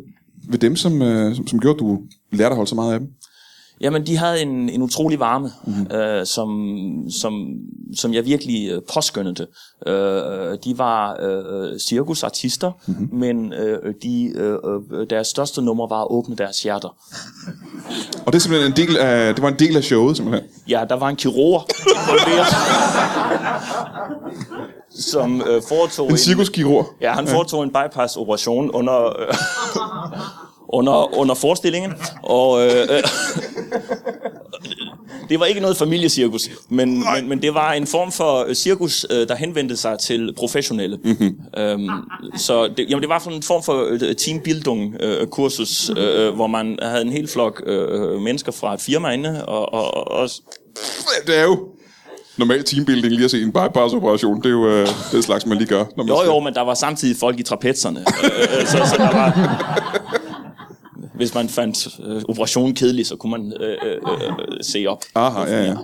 [SPEAKER 2] ved dem, som, øh, som, som gjorde, at du lærte at holde så meget af dem?
[SPEAKER 3] Jamen, de havde en, en utrolig varme, mm-hmm. øh, som, som, som jeg virkelig øh, påskyndede. Øh, de var øh, cirkusartister, mm-hmm. men øh, de, øh, øh, deres største nummer var at åbne deres hjerter.
[SPEAKER 2] Og det er simpelthen en del af, det var en del af showet, simpelthen.
[SPEAKER 3] Ja, der var en kirurg (laughs) involveret, som øh, foretog
[SPEAKER 2] En cirkuskirurg.
[SPEAKER 3] Ja, han foretog en bypass-operation under, øh, (laughs) under, under forestillingen, og øh, øh, det var ikke noget familiecirkus, men, men, men det var en form for øh, cirkus, øh, der henvendte sig til professionelle. Mm-hmm. Øhm, så det, jamen, det var sådan en form for øh, teambildung-kursus, øh, øh, hvor man havde en hel flok øh, mennesker fra et firma inde, og, og, og, og
[SPEAKER 2] Det er jo normal teambuilding lige at se en bypass-operation. Det er jo øh, det slags, man lige gør. Når man
[SPEAKER 3] Jo,
[SPEAKER 2] skal-
[SPEAKER 3] jo, men der var samtidig folk i trapezerne. øh, øh, så, så der var... Hvis man fandt øh, operationen kedelig, så kunne man øh, øh, øh, se op.
[SPEAKER 2] Aha, ja, ja.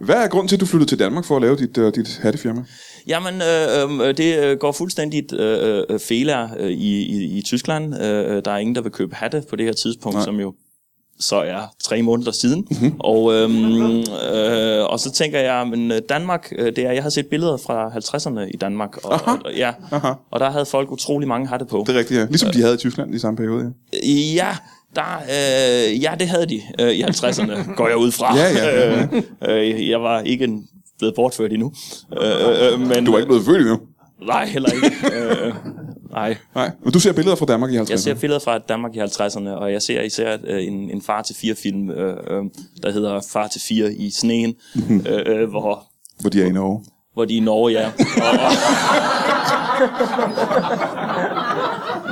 [SPEAKER 2] Hvad er grunden til, at du flyttede til Danmark for at lave dit, øh, dit hattefirma?
[SPEAKER 3] Jamen, øh, øh, det øh, går fuldstændigt øh, øh, fela øh, i, i, i Tyskland. Øh, øh, der er ingen, der vil købe hatte på det her tidspunkt, Nej. som jo så er tre måneder siden.
[SPEAKER 2] Mhm.
[SPEAKER 3] Mm-hmm. Og, øhm, øh, og så tænker jeg, men øh, Danmark, øh, det er, jeg har set billeder fra 50'erne i Danmark, og, og, ja,
[SPEAKER 2] Aha.
[SPEAKER 3] og der havde folk utrolig mange hatte på.
[SPEAKER 2] Det er rigtigt, ja. Ligesom de havde i Tyskland i samme periode, ja.
[SPEAKER 3] Ja, der, øh, ja, det havde de øh, i 50'erne, går jeg ud fra.
[SPEAKER 2] Ja, ja, ja,
[SPEAKER 3] (laughs) Øh, øh, jeg var ikke en- blevet bortført endnu. Øh, øh, men,
[SPEAKER 2] Du var ikke blevet født endnu.
[SPEAKER 3] Nej, heller ikke. øh, nej.
[SPEAKER 2] Nej, men du ser billeder fra Danmark i 50'erne.
[SPEAKER 3] Jeg ser billeder fra Danmark i 50'erne, og jeg ser især øh, en, en far til fire film, øh, øh, der hedder Far til fire i sneen,
[SPEAKER 2] Mhm.
[SPEAKER 3] øh, øh, hvor,
[SPEAKER 2] Hvor de er i Norge.
[SPEAKER 3] hvor de er i Norge, ja. Og, og...
[SPEAKER 2] (laughs)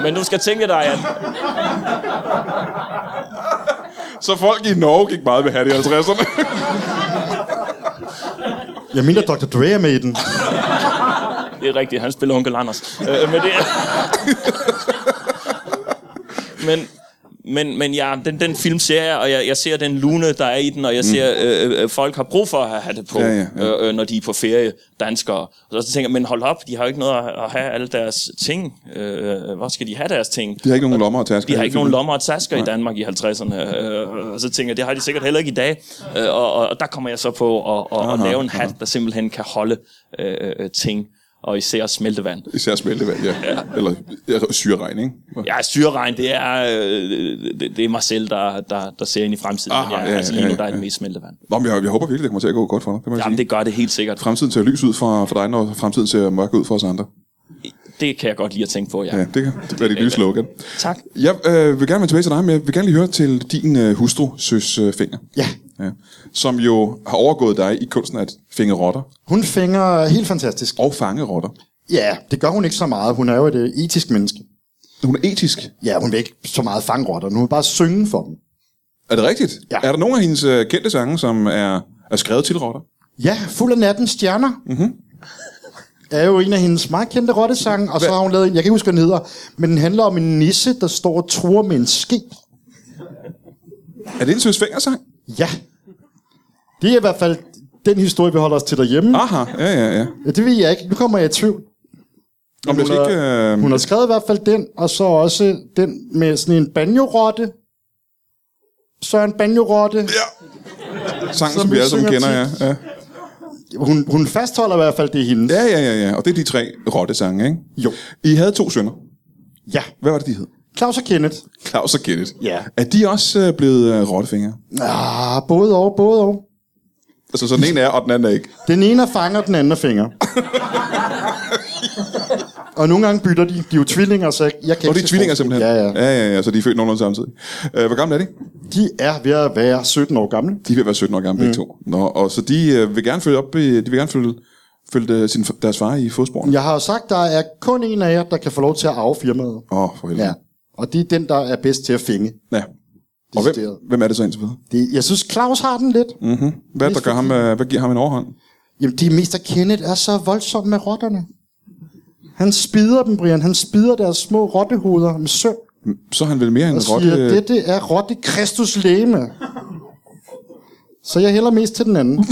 [SPEAKER 3] Men du skal tænke dig, at
[SPEAKER 2] Så folk i Norge gik meget ved hatte i 50'erne.
[SPEAKER 4] Jeg mener, Dr. Dre er med i den.
[SPEAKER 3] Det er rigtigt, han spiller onkel Anders. Øh, men det er... men, Men, men ja, den, den film ser jeg, og jeg, jeg ser den lune, der er i den, og jeg ser, øh, øh, folk har brug for at have det på,
[SPEAKER 2] Mm. Ja, ja, ja.
[SPEAKER 3] Øh, øh, når de er på ferie, danskere. Og så tænker jeg, men hold op, de har jo ikke noget at, at have alle deres ting. Øh, hvor skal de have deres ting?
[SPEAKER 2] (laughs) De har ikke nogen lommer og tasker.
[SPEAKER 3] De har ikke nogen lommer og tasker i Danmark i 50'erne. Øh, og så tænker jeg, det har de sikkert heller ikke i dag. Øh, og, og, og der kommer jeg så på at, at, at lave en hat, der simpelthen kan holde øh, øh, ting, og især smeltevand.
[SPEAKER 2] Især smeltevand, ja. Eller ja, syreregn, ikke?
[SPEAKER 3] Ja, syreregn, det er, øh, det, det er mig selv, der, der, der ser ind i fremtiden.
[SPEAKER 2] Aha,
[SPEAKER 3] Aha, jeg,
[SPEAKER 2] ja, ja,
[SPEAKER 3] altså lige nu,
[SPEAKER 2] ja, ja.
[SPEAKER 3] der er det mest smeltevand.
[SPEAKER 2] Nå, men jeg, jeg håber virkelig, det kommer til at gå godt for dig. Det må jeg sige.
[SPEAKER 3] Jamen, det gør det helt sikkert.
[SPEAKER 2] Fremtiden ser lys ud for, for dig, når fremtiden ser mørk ud for os andre.
[SPEAKER 3] Det kan jeg godt lide at tænke på, ja.
[SPEAKER 2] Ja, det kan det være dit nye slogan.
[SPEAKER 3] Tak.
[SPEAKER 2] Jeg øh, vil gerne vende tilbage til dig, men jeg vil gerne lige høre til din øh, hustru, Søs øh, Finger.
[SPEAKER 4] Ja.
[SPEAKER 2] ja. Som jo har overgået dig i kunsten at finge rotter
[SPEAKER 4] Hun fænger helt fantastisk.
[SPEAKER 2] og fange rotter.
[SPEAKER 4] Ja, det gør hun ikke så meget. Hun er jo et øh, etisk menneske.
[SPEAKER 2] Hun er etisk.
[SPEAKER 4] Ja, hun vil ikke så meget fange rotter. Nu vil bare synge for dem.
[SPEAKER 2] Er det rigtigt?
[SPEAKER 4] Ja.
[SPEAKER 2] Er der nogen af hendes øh, kendte sange, som er, er skrevet til rotter?
[SPEAKER 4] Ja, Fuld af nattens stjerner. Mm-hmm. Er jo en af hendes meget kendte rottesange. Og så har hun lavet en, jeg kan ikke huske, hvad den hedder. Men den handler om en nisse, der står og truer med en ske.
[SPEAKER 2] Er det en Søs Finger sang?
[SPEAKER 4] Ja. Det er i hvert fald den historie, vi holder os til derhjemme.
[SPEAKER 2] Aha, ja, ja, ja.
[SPEAKER 4] Ja, det ved jeg ikke. Nu kommer jeg i tvivl.
[SPEAKER 2] Om det
[SPEAKER 4] hun,
[SPEAKER 2] skal ikke...
[SPEAKER 4] har,
[SPEAKER 2] Øh,
[SPEAKER 4] hun har skrevet i hvert fald den, og så også den med sådan en banjorotte. Så en banjorotte.
[SPEAKER 2] sangen,
[SPEAKER 4] som
[SPEAKER 2] som vi
[SPEAKER 4] vi
[SPEAKER 2] alle sammen
[SPEAKER 4] synger
[SPEAKER 2] kender, ja. ja.
[SPEAKER 4] Hun, hun fastholder i hvert fald, det er hendes.
[SPEAKER 2] Ja, ja, ja, ja. Og det er de tre rottesange, ikke?
[SPEAKER 4] Jo.
[SPEAKER 2] I havde to sønner.
[SPEAKER 4] ja.
[SPEAKER 2] Hvad var det, de hed?
[SPEAKER 4] Claus og Kenneth.
[SPEAKER 2] Claus og Kenneth.
[SPEAKER 4] Ja.
[SPEAKER 2] Er de også øh, blevet øh, rottefingre?
[SPEAKER 4] Ah, både og, både og.
[SPEAKER 2] Altså, så den ene er, og den anden er ikke.
[SPEAKER 4] Den ene er fanger, den anden er
[SPEAKER 2] (laughs)
[SPEAKER 4] finger. og nogle gange bytter de. De er jo tvillinger, så jeg, jeg kan
[SPEAKER 2] Og de
[SPEAKER 4] ikke
[SPEAKER 2] er
[SPEAKER 4] se
[SPEAKER 2] tvillinger
[SPEAKER 4] forskel.
[SPEAKER 2] simpelthen.
[SPEAKER 4] Ja, ja.
[SPEAKER 2] ja, ja, ja så de er født nogenlunde samtidig. Øh, hvor gamle er de?
[SPEAKER 4] De er ved at være 17 år gamle.
[SPEAKER 2] De er ved at være 17 år gamle,
[SPEAKER 4] Mm.
[SPEAKER 2] begge to. Nå, og så de øh, vil gerne følge op i, de vil gerne følge, følge øh, sin, deres far i fodsporene.
[SPEAKER 4] Jeg har jo sagt, der er kun en af jer, der kan få lov til at arve firmaet.
[SPEAKER 2] Åh, oh, for helvede.
[SPEAKER 4] Ja. Og det er den, der er bedst til at finge.
[SPEAKER 2] ja. Og hvem,
[SPEAKER 4] Decideret.
[SPEAKER 2] hvem er det så indtil videre?
[SPEAKER 4] Det, jeg synes, Claus har den lidt. Mm.
[SPEAKER 2] Hvad, er det, der gør ham, øh, hvad giver ham en overhånd?
[SPEAKER 4] Jamen, det mest af Kenneth er så voldsomt med rotterne. Han spider dem, Brian. Han spider deres små rottehoveder med søm.
[SPEAKER 2] Så er han vel mere end
[SPEAKER 4] Og
[SPEAKER 2] en
[SPEAKER 4] siger,
[SPEAKER 2] rotte...
[SPEAKER 4] dette er rotte Kristus læme. Så jeg hælder mest til den anden.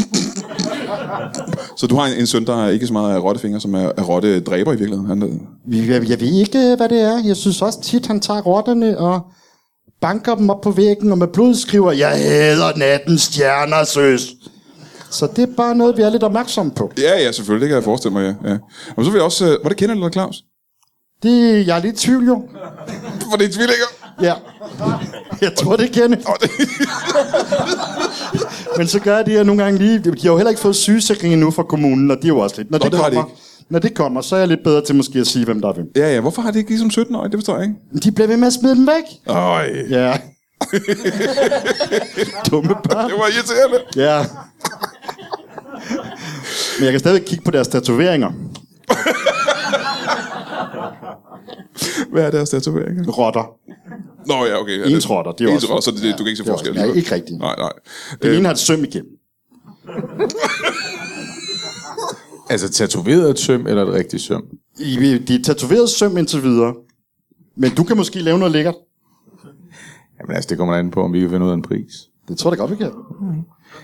[SPEAKER 2] Så du har en, en søn, der er ikke så meget er rottefinger, som er, er rottedræber i virkeligheden. Han, er-
[SPEAKER 4] Jeg, jeg ved ikke, hvad det er. Jeg synes også tit, han tager rotterne og banker dem op på væggen, og med blod skriver, jeg hader natten stjerner, søs. Så det er bare noget, vi er lidt opmærksomme på.
[SPEAKER 2] Ja, ja, selvfølgelig. Det kan jeg forestille mig, ja. ja. Og så vil jeg også... øh, Var det Kenneth eller Claus?
[SPEAKER 4] Det, jeg er lidt i tvivl, jo.
[SPEAKER 2] For det er tvillinger.
[SPEAKER 4] Ja. Jeg tror, det kender. (laughs) Men så gør jeg det, at nogle gange lige... De har jo heller ikke fået sygesikring endnu fra kommunen, og det er jo også lidt... Når
[SPEAKER 2] Nå,
[SPEAKER 4] det,
[SPEAKER 2] det har de
[SPEAKER 4] kommer, når det kommer, så er jeg lidt bedre til måske at sige, hvem der er hvem.
[SPEAKER 2] Ja, ja. Hvorfor har det ikke ligesom 17 år? Det forstår jeg ikke.
[SPEAKER 4] Men De bliver ved med at smide dem væk.
[SPEAKER 2] Øj,
[SPEAKER 4] Ja. Dumme børn.
[SPEAKER 2] det var irriterende.
[SPEAKER 4] Ja. Men jeg kan stadig kigge på deres tatoveringer.
[SPEAKER 2] Hvad er deres tatoveringer?
[SPEAKER 4] Rotter.
[SPEAKER 2] Nå ja, okay. Ja,
[SPEAKER 4] Ensrotter, det er også-
[SPEAKER 2] Ensrotter, så det, det, du kan ikke se
[SPEAKER 4] det er
[SPEAKER 2] forskel.
[SPEAKER 4] også- nej, ikke rigtigt.
[SPEAKER 2] Nej, nej.
[SPEAKER 4] Den
[SPEAKER 2] Øh,
[SPEAKER 4] ene har et søm igennem.
[SPEAKER 5] Altså tatoveret et søm, eller et rigtigt søm?
[SPEAKER 4] I- De er tatoveret søm indtil videre. Men du kan måske lave noget lækkert.
[SPEAKER 5] Jamen altså, det kommer an på, om vi kan finde ud af en pris.
[SPEAKER 4] Det tror jeg da godt, vi kan.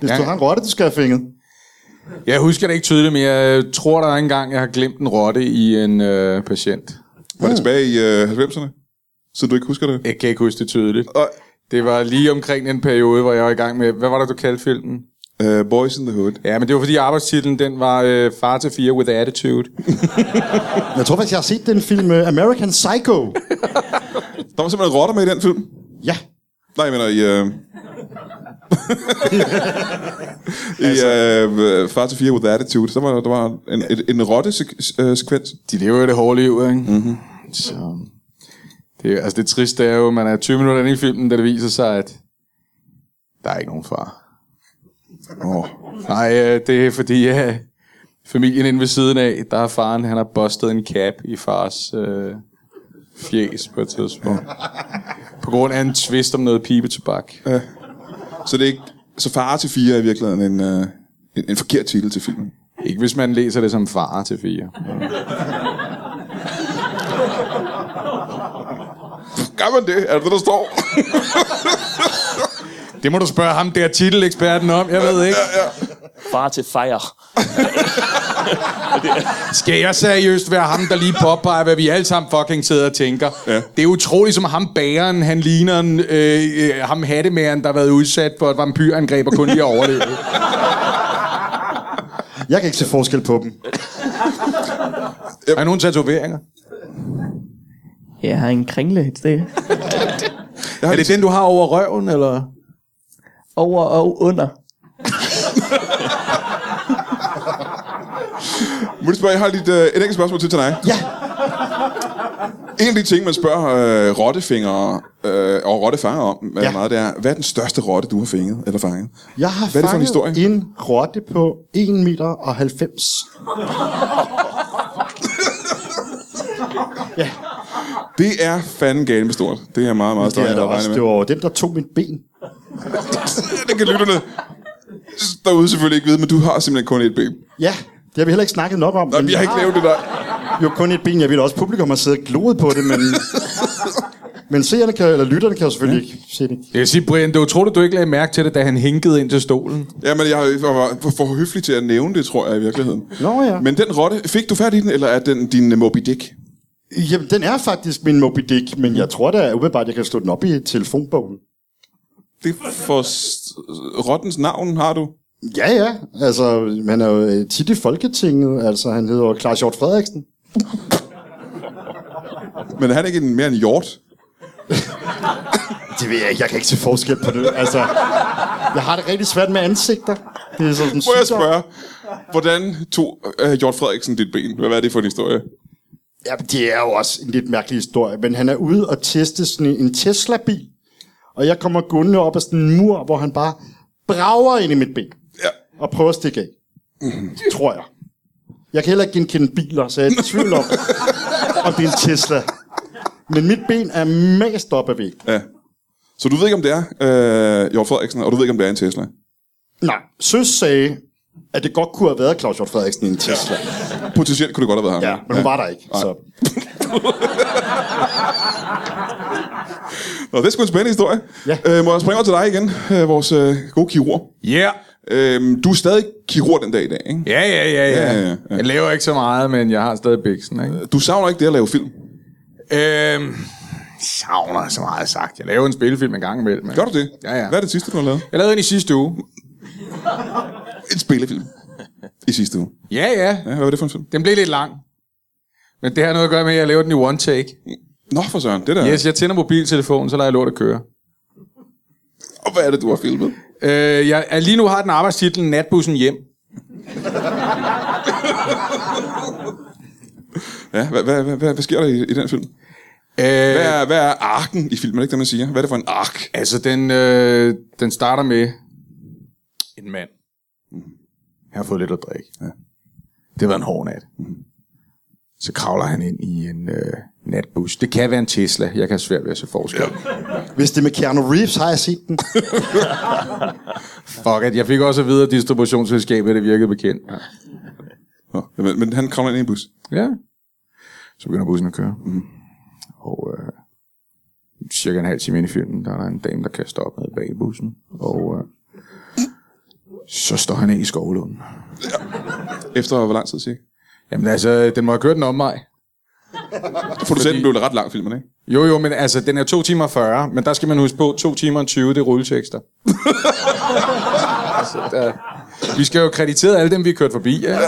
[SPEAKER 4] Hvis
[SPEAKER 5] Ja.
[SPEAKER 4] du har en rotte, du skal have finget.
[SPEAKER 5] Jeg husker det ikke tydeligt, men jeg tror, der er engang, jeg har glemt en rotte i en øh, patient.
[SPEAKER 2] var
[SPEAKER 4] Ah.
[SPEAKER 2] det tilbage i øh, 90'erne? Så du ikke husker det?
[SPEAKER 5] Jeg kan ikke huske det tydeligt.
[SPEAKER 2] Og,
[SPEAKER 5] Det var lige omkring den periode, hvor jeg var i gang med... Hvad var det, du kaldte filmen?
[SPEAKER 2] øh, Boys in the Hood.
[SPEAKER 5] Ja, men det var fordi arbejdstitlen, den var øh, Far til fire with attitude.
[SPEAKER 4] Jeg tror faktisk, jeg har set den film øh, American Psycho.
[SPEAKER 2] Der var simpelthen rotter med i den film.
[SPEAKER 4] Ja.
[SPEAKER 2] Nej, jeg mener i...
[SPEAKER 4] (laughs)
[SPEAKER 2] Øh... I
[SPEAKER 4] Altså-
[SPEAKER 2] øh, Far til 4 with Attitude, der var, der var en, en, en øh, rotte-sekvens.
[SPEAKER 5] De lever jo det hårde liv, ikke? Mm-hmm. Så... Det, er- altså det triste er jo, man er 20 minutter inde i filmen, da det viser sig, at der er ikke nogen far.
[SPEAKER 2] Åh,
[SPEAKER 5] Nej, øh, det er fordi, ja, familien inde ved siden af, der er faren, han har bustet en cap i fars øh, fjes på et tidspunkt. På grund af en twist om noget pibetobak.
[SPEAKER 2] Så det er ikke... Så Far til 4 er i virkeligheden en, øh, en, en forkert titel til filmen.
[SPEAKER 5] Ikke hvis man læser det som far til fire.
[SPEAKER 2] Gør man det? Er det det, der står?
[SPEAKER 5] Det må du spørge ham der titeleksperten om, jeg ved ikke.
[SPEAKER 3] Far til fejre.
[SPEAKER 5] Skal jeg seriøst være ham, der lige påpeger, hvad vi alle sammen fucking sidder og tænker? Ja. Det er utroligt, som ham bageren, han ligner en, øh, øh, ham hattemæren, der har været udsat for et vampyrangreb og kun lige overlevet.
[SPEAKER 4] Jeg kan ikke se forskel på dem.
[SPEAKER 5] Er der nogen tatoveringer?
[SPEAKER 6] Jeg har en kringle et sted.
[SPEAKER 5] Er det den, du har over røven, eller?
[SPEAKER 6] Over og under.
[SPEAKER 2] Må jeg spørge, jeg har lidt, øh, et enkelt spørgsmål til til dig.
[SPEAKER 4] Ja.
[SPEAKER 2] En af de ting, man spørger øh, rottefingere øh, og rottefangere om ja.
[SPEAKER 4] Ja.
[SPEAKER 2] meget, det er, hvad er den største rotte, du har finget eller fanget?
[SPEAKER 4] Jeg har
[SPEAKER 2] Hvad er det for en historie?
[SPEAKER 4] fanget en rotte på 1 meter og 90.
[SPEAKER 2] Det er fanden galt med stort. Det er meget, meget
[SPEAKER 4] Det,
[SPEAKER 2] stort.
[SPEAKER 4] er der også, det var den, der tog mit ben.
[SPEAKER 2] (laughs) det kan lytterne derude selvfølgelig ikke vide, men du har simpelthen kun et ben.
[SPEAKER 4] Ja, det har vi heller ikke snakket nok om.
[SPEAKER 2] Nej,
[SPEAKER 4] men
[SPEAKER 2] vi har ikke
[SPEAKER 4] jeg
[SPEAKER 2] lavet det der.
[SPEAKER 4] Jo, kun et ben. Jeg ved også, publikum har siddet og gloet på det, men...
[SPEAKER 2] (laughs)
[SPEAKER 4] men seerne kan, eller lytterne kan jo selvfølgelig ikke se det.
[SPEAKER 5] Jeg vil sige, Brian, det er utroligt, du ikke lagde mærke til det, da han hinkede ind til stolen.
[SPEAKER 2] Ja, men jeg var for, for høflig til at nævne det, tror jeg i virkeligheden.
[SPEAKER 4] Nå ja.
[SPEAKER 2] Men den rotte, fik du fat i den, eller er den din øh, Moby Dick?
[SPEAKER 4] Jamen, den er faktisk min Moby Dick, men jeg tror da umiddelbart, jeg kan slå den op i telefonbogen.
[SPEAKER 2] Det for rottens navn har du.
[SPEAKER 4] Ja, ja. Altså, han er jo øh, tit i Folketinget. Altså, han hedder jo Claus Hjort Frederiksen.
[SPEAKER 2] Men er han ikke en, mere en hjort?
[SPEAKER 4] Det ved jeg ikke. Jeg kan ikke se forskel på det. Altså, jeg har det rigtig svært med ansigter. Det er sådan en
[SPEAKER 2] Må jeg
[SPEAKER 4] sygdom.
[SPEAKER 2] spørge, hvordan tog øh, Hjort Frederiksen dit ben? Hvad var det for en historie?
[SPEAKER 4] Ja, det er jo også en lidt mærkelig historie, men han er ude og teste sådan en- en Tesla-bil, og jeg kommer gående op ad sådan en mur, hvor han bare brager ind i mit ben
[SPEAKER 2] Ja.
[SPEAKER 4] og prøver at stikke af.
[SPEAKER 2] Mm-hmm.
[SPEAKER 4] Tror jeg. Jeg kan heller ikke genkende biler, så jeg er i tvivl om, om det er en Tesla. Men mit ben er mast op ad væggen.
[SPEAKER 2] ja. Så du ved ikke, om det er øh, Hjort Frederiksen, og du ved ikke, om det er en Tesla?
[SPEAKER 4] Nej, Søs sagde, at det godt kunne have været Claus Hjort Frederiksen i en Tesla.
[SPEAKER 2] Potentielt kunne det godt have været ham.
[SPEAKER 4] Ja, men hun var der ikke, så...
[SPEAKER 2] Nå, det er sgu en spændende historie.
[SPEAKER 4] Ja.
[SPEAKER 2] Øh, må jeg springe over til dig igen, øh, vores øh, gode kirurg?
[SPEAKER 5] Ja.
[SPEAKER 2] Øh, du er stadig kirurg den dag i dag, ikke?
[SPEAKER 5] Ja, ja, ja, ja.
[SPEAKER 2] Ja, ja, ja.
[SPEAKER 5] Jeg laver ikke så meget, men jeg har stadig biksen, ikke?
[SPEAKER 2] Du savner ikke det at lave film.
[SPEAKER 5] Øhm, savner så meget sagt. Jeg laver en spillefilm en gang imellem. ikke?
[SPEAKER 2] Gør du det?
[SPEAKER 5] Ja, ja.
[SPEAKER 2] Hvad er det sidste, du har lavet?
[SPEAKER 5] Jeg lavede en i sidste uge.
[SPEAKER 2] En spillefilm. I sidste uge.
[SPEAKER 5] Ja, ja.
[SPEAKER 2] Ja, hvad var det for en film?
[SPEAKER 5] Den blev lidt lang. Men det har noget at gøre med, at jeg laver den i one take.
[SPEAKER 2] Nå, for søren, det der.
[SPEAKER 5] Yes, jeg tænder mobiltelefonen, så lader jeg lortet køre.
[SPEAKER 2] Og hvad er det, du har filmet?
[SPEAKER 5] Øh, jeg, jeg, lige nu har den arbejdstitel Natbussen hjem. Øh,
[SPEAKER 2] Ja, hvad, hvad, hvad, hvad, hvad sker der i, i den film?
[SPEAKER 5] Øh,
[SPEAKER 2] Hvad er, hvad er arken i filmen? Er det ikke det, man siger? Hvad er det for en ark?
[SPEAKER 5] Altså, den, øh, den starter med en mand. Han Mm-hmm. har fået lidt at drikke. Ja. Det var en hård nat. Mm-hmm. Så kravler han ind i en øh, natbus. Det kan være en Tesla. Jeg kan have svært ved at se forskel. Ja.
[SPEAKER 4] Hvis det er med Keanu Reeves, har jeg set den.
[SPEAKER 5] Fuck it. Jeg fik også at vide, at distributionsselskabet det virkede bekendt. Ja.
[SPEAKER 2] Nå, men, men han kravler ind i en bus.
[SPEAKER 5] Ja. Så begynder bussen at køre. Mm. Og øh, cirka en halv time ind i filmen, der er der en dame, der kaster op ned bag i bussen. Og øh, så står han af i skovlunden.
[SPEAKER 2] Efter hvor lang tid, siger jeg?
[SPEAKER 5] Jamen altså, den må have kørt den om mig.
[SPEAKER 2] Producenten blev det ret lang filmen, ikke?
[SPEAKER 5] Jo, jo, men altså, den er 2 timer og 40, men der skal man huske på, 2 timer og 20, det er rulletekster. (laughs) altså, der, vi skal jo kreditere alle dem, vi har kørt forbi, ja.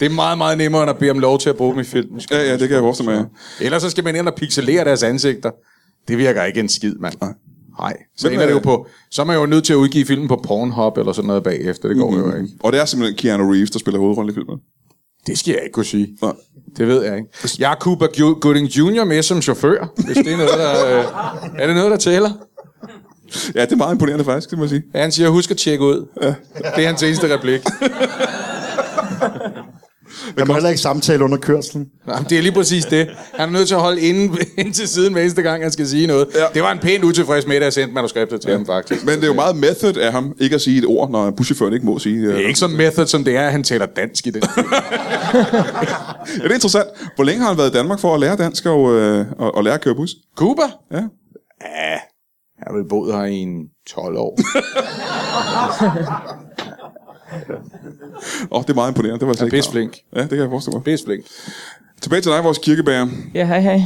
[SPEAKER 5] Det er meget, meget nemmere, end at bede om lov til at bruge dem i filmen.
[SPEAKER 2] Ja, ja, det kan jeg forestille mig. ja.
[SPEAKER 5] Ellers så skal man ind og pixelere deres ansigter. Det virker ikke en skid, mand. Nej. Så,
[SPEAKER 2] Men,
[SPEAKER 5] ender det jo
[SPEAKER 2] øh,
[SPEAKER 5] på, så er man jo nødt til at udgive filmen på Pornhub eller sådan noget bagefter. Det går jo ikke.
[SPEAKER 2] Og det er simpelthen Keanu Reeves, der spiller hovedrollen i filmen.
[SPEAKER 5] Det skal jeg ikke kunne sige.
[SPEAKER 2] Nej.
[SPEAKER 5] Det ved jeg ikke. Jeg har Cooper Gu- Gooding Jr. med som chauffør, hvis det er noget, der, øh, er det noget, der tæller.
[SPEAKER 2] Ja, det er meget imponerende faktisk, det må jeg sige.
[SPEAKER 5] Ja, han siger, husk at tjekke ud. Ja. Det er hans eneste replik.
[SPEAKER 4] Jeg må heller ikke samtale under kørslen.
[SPEAKER 5] Nå, men det er lige præcis det. Han er nødt til at holde inden, (laughs) ind til siden hver eneste gang, han skal sige noget.
[SPEAKER 2] Ja.
[SPEAKER 5] Ja. Det var en pænt utilfreds med, da jeg sendte manuskriptet til ja. ham, faktisk.
[SPEAKER 2] Men det er jo meget method af ham, ikke at sige et ord, når buschaufføren ikke må sige... øh,
[SPEAKER 5] Det er ikke så method, som det er, at han taler dansk i den.
[SPEAKER 2] Ja, det er interessant. Hvor længe har han været i Danmark for at lære dansk og, øh, og, og lære at køre bus?
[SPEAKER 5] Cuba?
[SPEAKER 2] Ja.
[SPEAKER 5] Ja, jeg har vel boet her i en 12 år.
[SPEAKER 2] Åh, oh, det er meget imponerende. Det var jeg slet
[SPEAKER 5] Jeg er
[SPEAKER 2] ikke
[SPEAKER 5] pisse
[SPEAKER 2] klar over.
[SPEAKER 5] flink.
[SPEAKER 2] Ja, det kan jeg forestille mig.
[SPEAKER 5] Pisse flink.
[SPEAKER 2] Tilbage til dig, vores kirkebærer.
[SPEAKER 6] Ja, hej hej.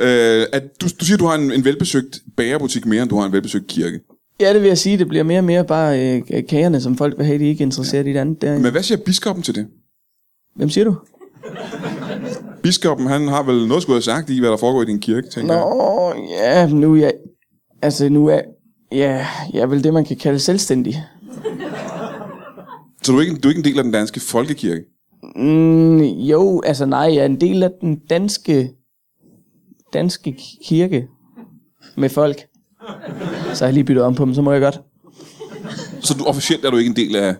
[SPEAKER 2] Øh, at du, du siger, du har en, en velbesøgt bagerbutik mere, end du har en velbesøgt kirke.
[SPEAKER 6] Ja, det vil jeg sige, det bliver mere og mere bare øh, kagerne, som folk vil have, de er ikke interesseret i det andet. Der.
[SPEAKER 2] Men hvad siger biskoppen til det?
[SPEAKER 6] Hvem siger du?
[SPEAKER 2] Biskoppen, han har vel noget skulle have sagt i, hvad der foregår i din kirke, tænker jeg.
[SPEAKER 6] Nå, ja, nu er jeg... Altså, nu er... Ja, jeg er vel det, man kan kalde selvstændig.
[SPEAKER 2] Så du er, ikke, du er ikke en del af den danske folkekirke?
[SPEAKER 6] Mm, jo, altså nej, jeg er en del af den danske... Danske kirke. Med folk. Så har jeg lige byttet om på dem, så må jeg godt.
[SPEAKER 2] Så du, officielt er du ikke en del af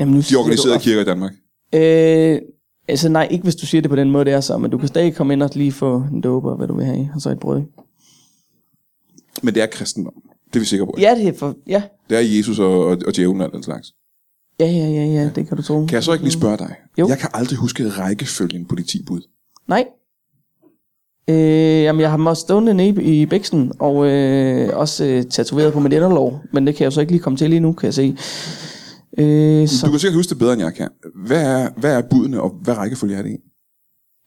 [SPEAKER 6] Jamen, nu
[SPEAKER 2] de
[SPEAKER 6] siger du
[SPEAKER 2] organiserede
[SPEAKER 6] også-
[SPEAKER 2] kirker i Danmark?
[SPEAKER 6] Øh, altså nej, ikke hvis du siger det på den måde, det er så, men du kan stadig komme ind og lige få en dope og hvad du vil have, og så et brød.
[SPEAKER 2] Men det er kristendom. Det er vi sikre på. Ja.
[SPEAKER 6] Ja, det er for... Ja,
[SPEAKER 2] Det er Jesus og, og, og djævlen og alt den slags.
[SPEAKER 6] ja, ja, ja, ja det kan du tro.
[SPEAKER 2] Kan jeg så ikke lige spørge dig?
[SPEAKER 6] Mm. Jo.
[SPEAKER 2] Jeg kan aldrig huske rækkefølgen på de 10 bud.
[SPEAKER 6] Nej. Øh, jamen, jeg har mig stående nede i i bæksen, og øh, også øh, tatoveret på mit inderlov, men det kan jeg jo så ikke lige komme til lige nu, kan jeg se. Øh,
[SPEAKER 2] Du
[SPEAKER 6] så,
[SPEAKER 2] kan sikkert huske det bedre, end jeg kan. Hvad er, hvad er budene, og hvad rækkefølge er det i?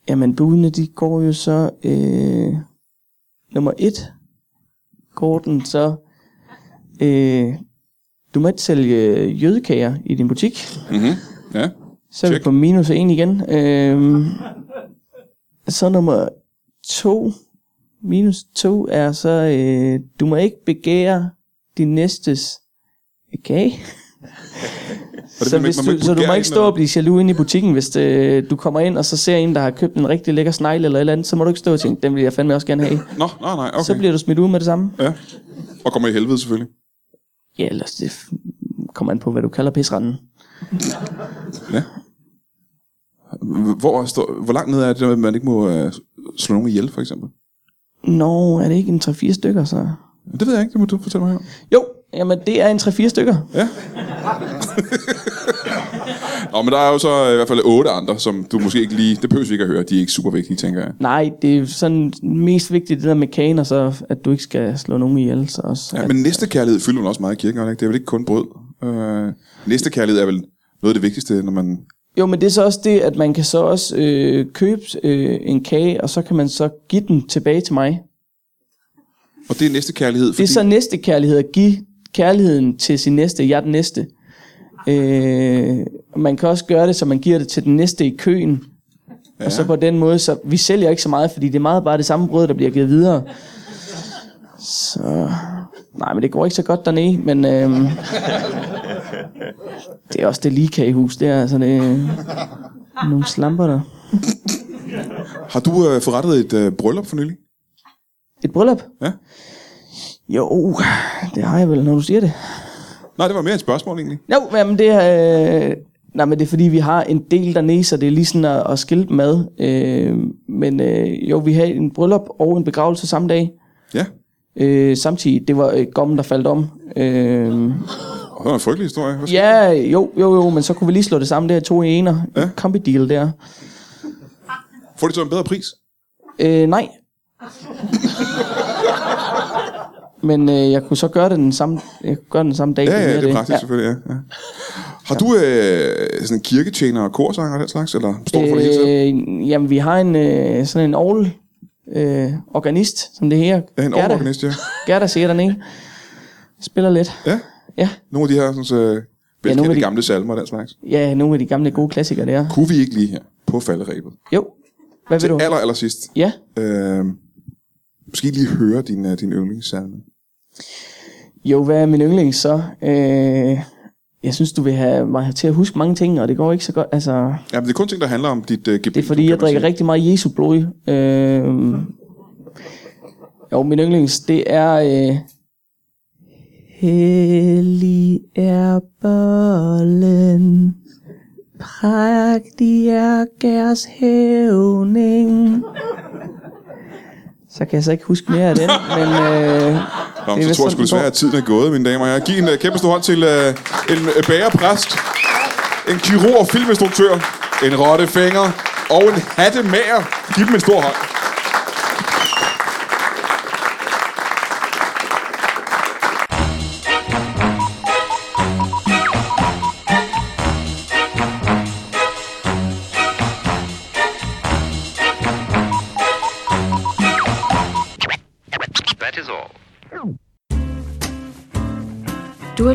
[SPEAKER 6] jamen, budene, de går jo så... Øh, nummer et går den så... Øh, du må ikke sælge øh, jødekager i din butik.
[SPEAKER 2] Ja.
[SPEAKER 6] Så er vi
[SPEAKER 2] Check.
[SPEAKER 6] på minus 1 igen. Øhm, så nummer 2. Minus 2 er så, øh, du må ikke begære din næstes
[SPEAKER 2] (laughs)
[SPEAKER 6] okay.
[SPEAKER 2] det
[SPEAKER 6] Så,
[SPEAKER 2] man ikke-
[SPEAKER 6] hvis
[SPEAKER 2] man må
[SPEAKER 6] du,
[SPEAKER 2] ikke
[SPEAKER 6] så du må
[SPEAKER 2] begære
[SPEAKER 6] ikke
[SPEAKER 2] en
[SPEAKER 6] stå
[SPEAKER 2] eller-
[SPEAKER 6] og blive jaloux inde i butikken, hvis det, du kommer ind, og så ser en, der har købt en rigtig lækker snegle eller et eller andet, så må du ikke stå og tænke, den vil jeg fandme også gerne have. Okay.
[SPEAKER 2] Nå, nej, nej, okay.
[SPEAKER 6] Så bliver du smidt ud med det samme.
[SPEAKER 2] Ja. Og kommer i helvede, selvfølgelig.
[SPEAKER 6] Ja, ellers det f- kommer an på, hvad du kalder pisranden.
[SPEAKER 2] Hvor, står, hvor langt ned er det, at man ikke må øh, slå nogen ihjel, for eksempel?
[SPEAKER 6] Nå, er det ikke en 3-4 stykker, så?
[SPEAKER 2] Det ved jeg ikke, det må du fortælle mig her.
[SPEAKER 6] Jo, jamen det er en 3-4 stykker.
[SPEAKER 2] Nå, men der er jo så øh, i hvert fald otte andre, som du måske ikke lige... Det behøver vi ikke at høre, de er ikke super vigtige, tænker jeg.
[SPEAKER 6] Nej, det er sådan mest vigtigt, det der med kagen, og så at du ikke skal slå nogen ihjel. Så også, Altså,
[SPEAKER 2] Ja,
[SPEAKER 6] at-
[SPEAKER 2] men næste kærlighed fylder man også meget i kirken, er det ikke? Det er vel ikke kun brød. Øh, næste kærlighed er vel noget af det vigtigste, når man...
[SPEAKER 6] Jo, men det er så også det, at man kan så også øh, købe øh, en kage, og så kan man så give den tilbage til mig. Fordi...
[SPEAKER 2] Og det er næste kærlighed,
[SPEAKER 6] Det
[SPEAKER 2] fordi...
[SPEAKER 6] er så næste kærlighed, at give kærligheden til sin næste, jeg er den næste. Øh, og man kan også gøre det, så man giver det til den næste i køen. Ja. Og så på den måde, så vi sælger ikke så meget, fordi det er meget bare det samme brød, der bliver givet videre. Så... Nej, men det går ikke så godt dernede, men... Øhm, det er også det lige kagehus, det er altså det, nogle slamper der.
[SPEAKER 2] Har du øh, forrettet et øh, bryllup for nylig?
[SPEAKER 6] Et bryllup?
[SPEAKER 2] Ja.
[SPEAKER 6] Jo, det har jeg vel, når du siger det.
[SPEAKER 2] Nej, det var mere et spørgsmål egentlig.
[SPEAKER 6] Jo, jamen det er... Øh, nej, men det er fordi, vi har en del dernede, så det er lige sådan at, at skille dem ad. Øh, men øh, jo, vi har en bryllup og en begravelse samme dag.
[SPEAKER 2] Ja,
[SPEAKER 6] Øh, samtidig, det var øh, gommen, der faldt om. Øh,
[SPEAKER 2] og det var en frygtelig historie. Hvad sker-
[SPEAKER 6] ja, jo, jo, jo, men så kunne vi lige slå det sammen der, to i ener.
[SPEAKER 2] Ja.
[SPEAKER 6] Ja. Kombi deal der.
[SPEAKER 2] Får de så en bedre pris? (laughs)
[SPEAKER 6] Øh, nej. men øh, jeg kunne så gøre det den samme, jeg kunne gøre det den samme dag.
[SPEAKER 2] Ja, ja,
[SPEAKER 6] mere
[SPEAKER 2] det er praktisk ja. selvfølgelig, ja. ja. Har du øh, sådan kirketjener og korsanger og den slags, eller står du for det hele selv?
[SPEAKER 6] Øh, jamen, vi har en øh, sådan en all øh, organist, som det her.
[SPEAKER 2] Ja, en overorganist, ja.
[SPEAKER 6] Gerda siger dernede. Spiller lidt.
[SPEAKER 2] ja.
[SPEAKER 6] Ja,
[SPEAKER 2] Nogle af de her sådan, øh,
[SPEAKER 6] nogle
[SPEAKER 2] velkendte
[SPEAKER 6] af
[SPEAKER 2] ja,
[SPEAKER 6] de-
[SPEAKER 2] gamle salmer og den slags.
[SPEAKER 6] ja, nogle af de gamle gode klassikere der.
[SPEAKER 2] Kunne vi ikke lige her på falderæbet?
[SPEAKER 6] Jo. Hvad vil
[SPEAKER 2] Til
[SPEAKER 6] du?
[SPEAKER 2] aller, aller sidst.
[SPEAKER 6] Ja.
[SPEAKER 2] Øh, måske lige høre din, øh, din yndlingssalme.
[SPEAKER 6] Jo, hvad er min yndling så? Øh, jeg synes, du vil have mig til at huske mange ting, og det går ikke så godt. Altså,
[SPEAKER 2] Ja, men det er kun ting, der handler om dit øh, gebet.
[SPEAKER 6] Det er fordi, jeg drikker rigtig meget Jesu blod. Øh, jo, min yndlings, det er... Øh, Hellig er bollen, prægtig er gærs hævning. Så kan jeg så ikke huske mere af den, men... Øh,
[SPEAKER 2] Nå,
[SPEAKER 6] Det
[SPEAKER 2] men
[SPEAKER 6] er
[SPEAKER 2] så
[SPEAKER 6] vist
[SPEAKER 2] tror jeg
[SPEAKER 6] sådan,
[SPEAKER 2] sgu desværre,
[SPEAKER 6] det
[SPEAKER 2] at tiden er gået, mine damer og herrer. Giv en øh, kæmpe stor hånd til øh, en øh, bærepræst en kirurg og filminstruktør, en rottefænger og en hattemager. Giv dem en stor hånd.
[SPEAKER 7] That is all.
[SPEAKER 8] Du har